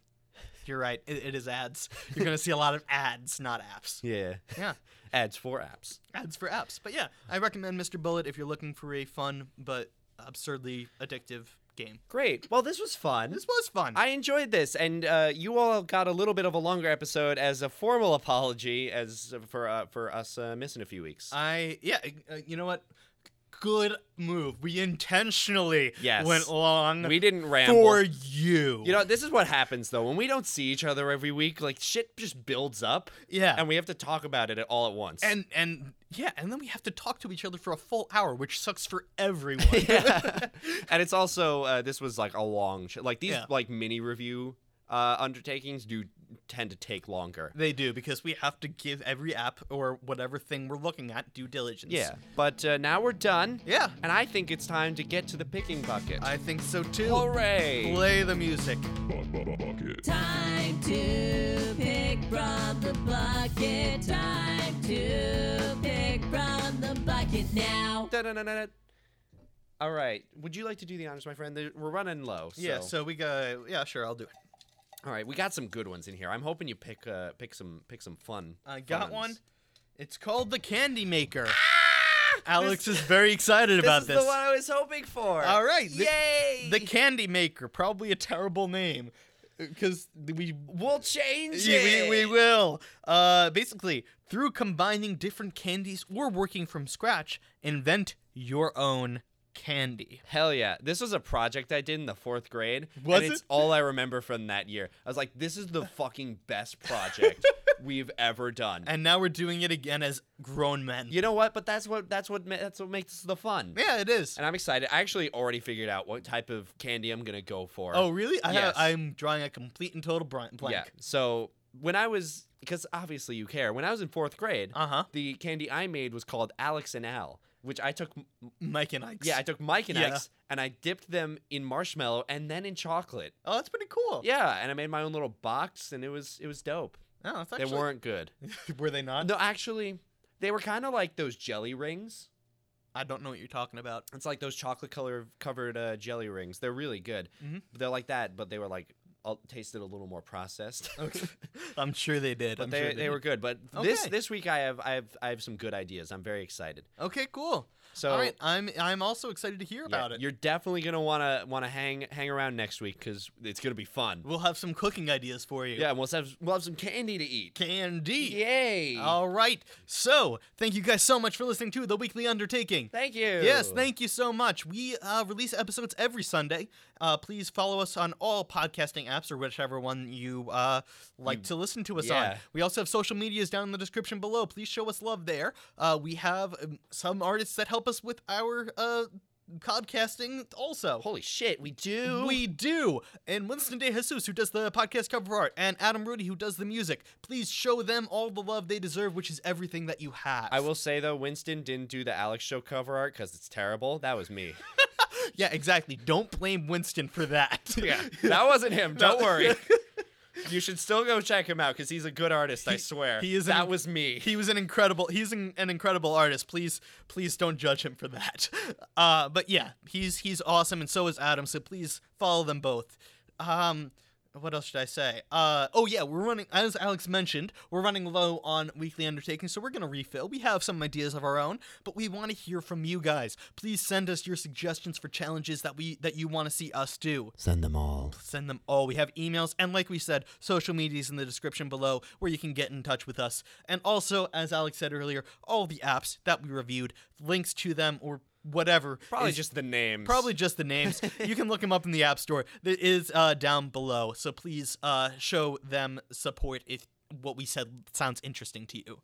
Speaker 2: You're right. It, it is ads. You're gonna see a lot of ads, not apps.
Speaker 1: Yeah.
Speaker 2: Yeah.
Speaker 1: Ads for apps.
Speaker 2: ads for apps. But yeah, I recommend Mr. Bullet if you're looking for a fun but absurdly addictive game.
Speaker 1: Great. Well, this was fun.
Speaker 2: This was fun.
Speaker 1: I enjoyed this, and uh, you all got a little bit of a longer episode as a formal apology as for uh, for us uh, missing a few weeks.
Speaker 2: I yeah, uh, you know what? C- good move. We intentionally
Speaker 1: Yes.
Speaker 2: went long
Speaker 1: We didn't ramble.
Speaker 2: for you.
Speaker 1: you know, this is what happens though. When we don't see each other every week, like shit just builds up
Speaker 2: yeah.
Speaker 1: and we have to talk about it all at once.
Speaker 2: and and yeah, and then we have to talk to each other for a full hour, which sucks for everyone.
Speaker 1: yeah. and it's also uh, this was like a long sh- like these
Speaker 2: Yeah.
Speaker 1: like mini review uh, undertakings do tend to take longer.
Speaker 2: They do because we have to give every app or whatever thing we're looking at due diligence.
Speaker 1: Yeah, but uh, now we're done.
Speaker 2: Yeah.
Speaker 1: and I think it's time to get to the picking bucket.
Speaker 2: I think so too.
Speaker 1: Hooray!
Speaker 2: Play the music.
Speaker 3: Time to pick from the bucket. Time to pick from the bucket now.
Speaker 1: Da-da-da-da-da. All right. Would you like to do the honors, my friend? There- We're running low. So.
Speaker 2: Yeah, so we go. Yeah, sure, I'll do it.
Speaker 1: all right, we got some good ones in here. I'm hoping you pick uh, pick some pick some fun.
Speaker 2: I got
Speaker 1: funs.
Speaker 2: one. It's called the Candy Maker. Alex is very excited about
Speaker 1: Ah! is
Speaker 2: this.
Speaker 1: the one I was hoping for.
Speaker 2: All right, the-
Speaker 1: Yay!
Speaker 2: The Candy Maker, probably a terrible name, because we
Speaker 1: we'll change
Speaker 2: Yeah,
Speaker 1: it.
Speaker 2: we, we will. Uh, basically, through combining different candies or working from scratch, invent your own candy.
Speaker 1: Hell yeah. This was a project I did in the fourth grade.
Speaker 2: Was
Speaker 1: and it's
Speaker 2: it?
Speaker 1: all I remember from that year. I was like, this is the fucking best project we've ever done.
Speaker 2: And now we're doing it again as grown men.
Speaker 1: you know what? But that's what that's what ma- that's what makes the fun.
Speaker 2: Yeah, it is.
Speaker 1: And I'm excited. I actually already figured out what type of candy I'm gonna go for.
Speaker 2: Oh, really? I
Speaker 1: Yes.
Speaker 2: have, I'm drawing a complete and total bri- blank.
Speaker 1: yeah. So when I was because obviously you care. When I was in fourth grade,
Speaker 2: Uh huh.
Speaker 1: the candy I made was called Alex and Al, which I took
Speaker 2: Mike and Ike's.
Speaker 1: yeah I took Mike and
Speaker 2: Yeah.
Speaker 1: Alex and I dipped them in marshmallow and then in chocolate.
Speaker 2: oh, that's pretty cool.
Speaker 1: Yeah, and I made my own little box, and it was it was dope.
Speaker 2: Oh, that's
Speaker 1: They
Speaker 2: actually.
Speaker 1: weren't good.
Speaker 2: Were they not?
Speaker 1: No, actually, they were kind of like those jelly rings.
Speaker 2: I don't know what you're talking about.
Speaker 1: It's like those chocolate color covered uh, jelly rings. They're really good.
Speaker 2: Mhm.
Speaker 1: They're like that, but they were like all, tasted a little more processed.
Speaker 2: Okay. I'm sure they did.
Speaker 1: but
Speaker 2: I'm
Speaker 1: they,
Speaker 2: sure
Speaker 1: they, were good. But this
Speaker 2: Okay.
Speaker 1: this week I have I have I have some good ideas. I'm very excited.
Speaker 2: did. Okay, cool.
Speaker 1: So
Speaker 2: All right, I'm I'm also excited to hear
Speaker 1: yeah,
Speaker 2: about it.
Speaker 1: you're definitely gonna wanna wanna hang hang around next week because it's gonna be fun.
Speaker 2: We'll have some cooking ideas for you.
Speaker 1: Yeah, and we'll have we'll have some candy to eat.
Speaker 2: Candy. Oh.
Speaker 1: Yay!
Speaker 2: All right. So, thank you guys so much for listening to The Weekly Undertaking.
Speaker 1: Thank you.
Speaker 2: Yes, thank you so much. We uh, release episodes every Sunday. Uh, please follow us on all podcasting apps or whichever one you uh, like to listen to us on.
Speaker 1: Hmm. yeah.
Speaker 2: We also have social medias down in the description below. Please show us love there. Uh, we have um, some artists that help us with our uh, podcasting also.
Speaker 1: Holy shit, we do.
Speaker 2: We do. And Winston De Jesus, who does the podcast cover art, and Adam Rudy, who does the music. Please show them all the love they deserve, which is everything that you have.
Speaker 1: I will say though, Winston didn't do the Alex Show cover art because it's terrible. That was me.
Speaker 2: Yeah, exactly. Don't blame Winston for that.
Speaker 1: that wasn't him. Don't worry. You should still go check him out because he's a good artist. I
Speaker 2: He-
Speaker 1: swear.
Speaker 2: he is an-
Speaker 1: That was me.
Speaker 2: He was an incredible. He's an, an incredible artist. Please, please don't judge him for that. Uh, but yeah, he's he's awesome, and so is Adam. So please follow them both. Um, what else should I say? Uh, oh yeah, we're running. As Alex mentioned, we're running low on weekly undertakings, so we're gonna refill. We have some ideas of our own, but we want to hear from you guys. Please send us your suggestions for challenges that we that you want to see us do
Speaker 1: Send them all.
Speaker 2: send them all. We have emails and, like we said, social medias in the description below where you can get in touch with us. And also, as Alex said earlier, all the apps that we reviewed, links to them or whatever.
Speaker 1: Probably
Speaker 2: is-
Speaker 1: just the names.
Speaker 2: Probably just the names. you can look them up in the App Store. That is uh, down below. So please uh, show them support if what we said sounds interesting to you.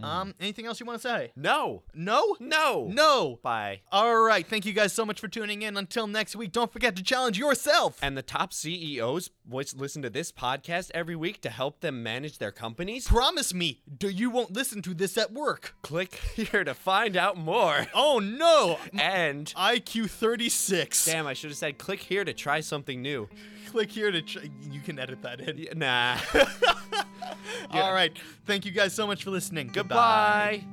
Speaker 1: Mm-hmm.
Speaker 2: Um, anything else you want to say?
Speaker 1: No.
Speaker 2: No?
Speaker 1: No.
Speaker 2: No.
Speaker 1: Bye.
Speaker 2: All right. Thank you guys so much for tuning in. Until next week, don't forget to challenge yourself.
Speaker 1: And the top CEOs which listen to this podcast every week to help them manage their companies?
Speaker 2: Promise me d- you won't listen to this at work.
Speaker 1: Click here to find out more.
Speaker 2: Oh no! M-
Speaker 1: And
Speaker 2: IQ 36.
Speaker 1: damn, I should have said click here to try something new.
Speaker 2: Click here to. Tr- you can edit that in.
Speaker 1: Y- Nah.
Speaker 2: All right. Thank you guys so much for listening.
Speaker 1: Goodbye.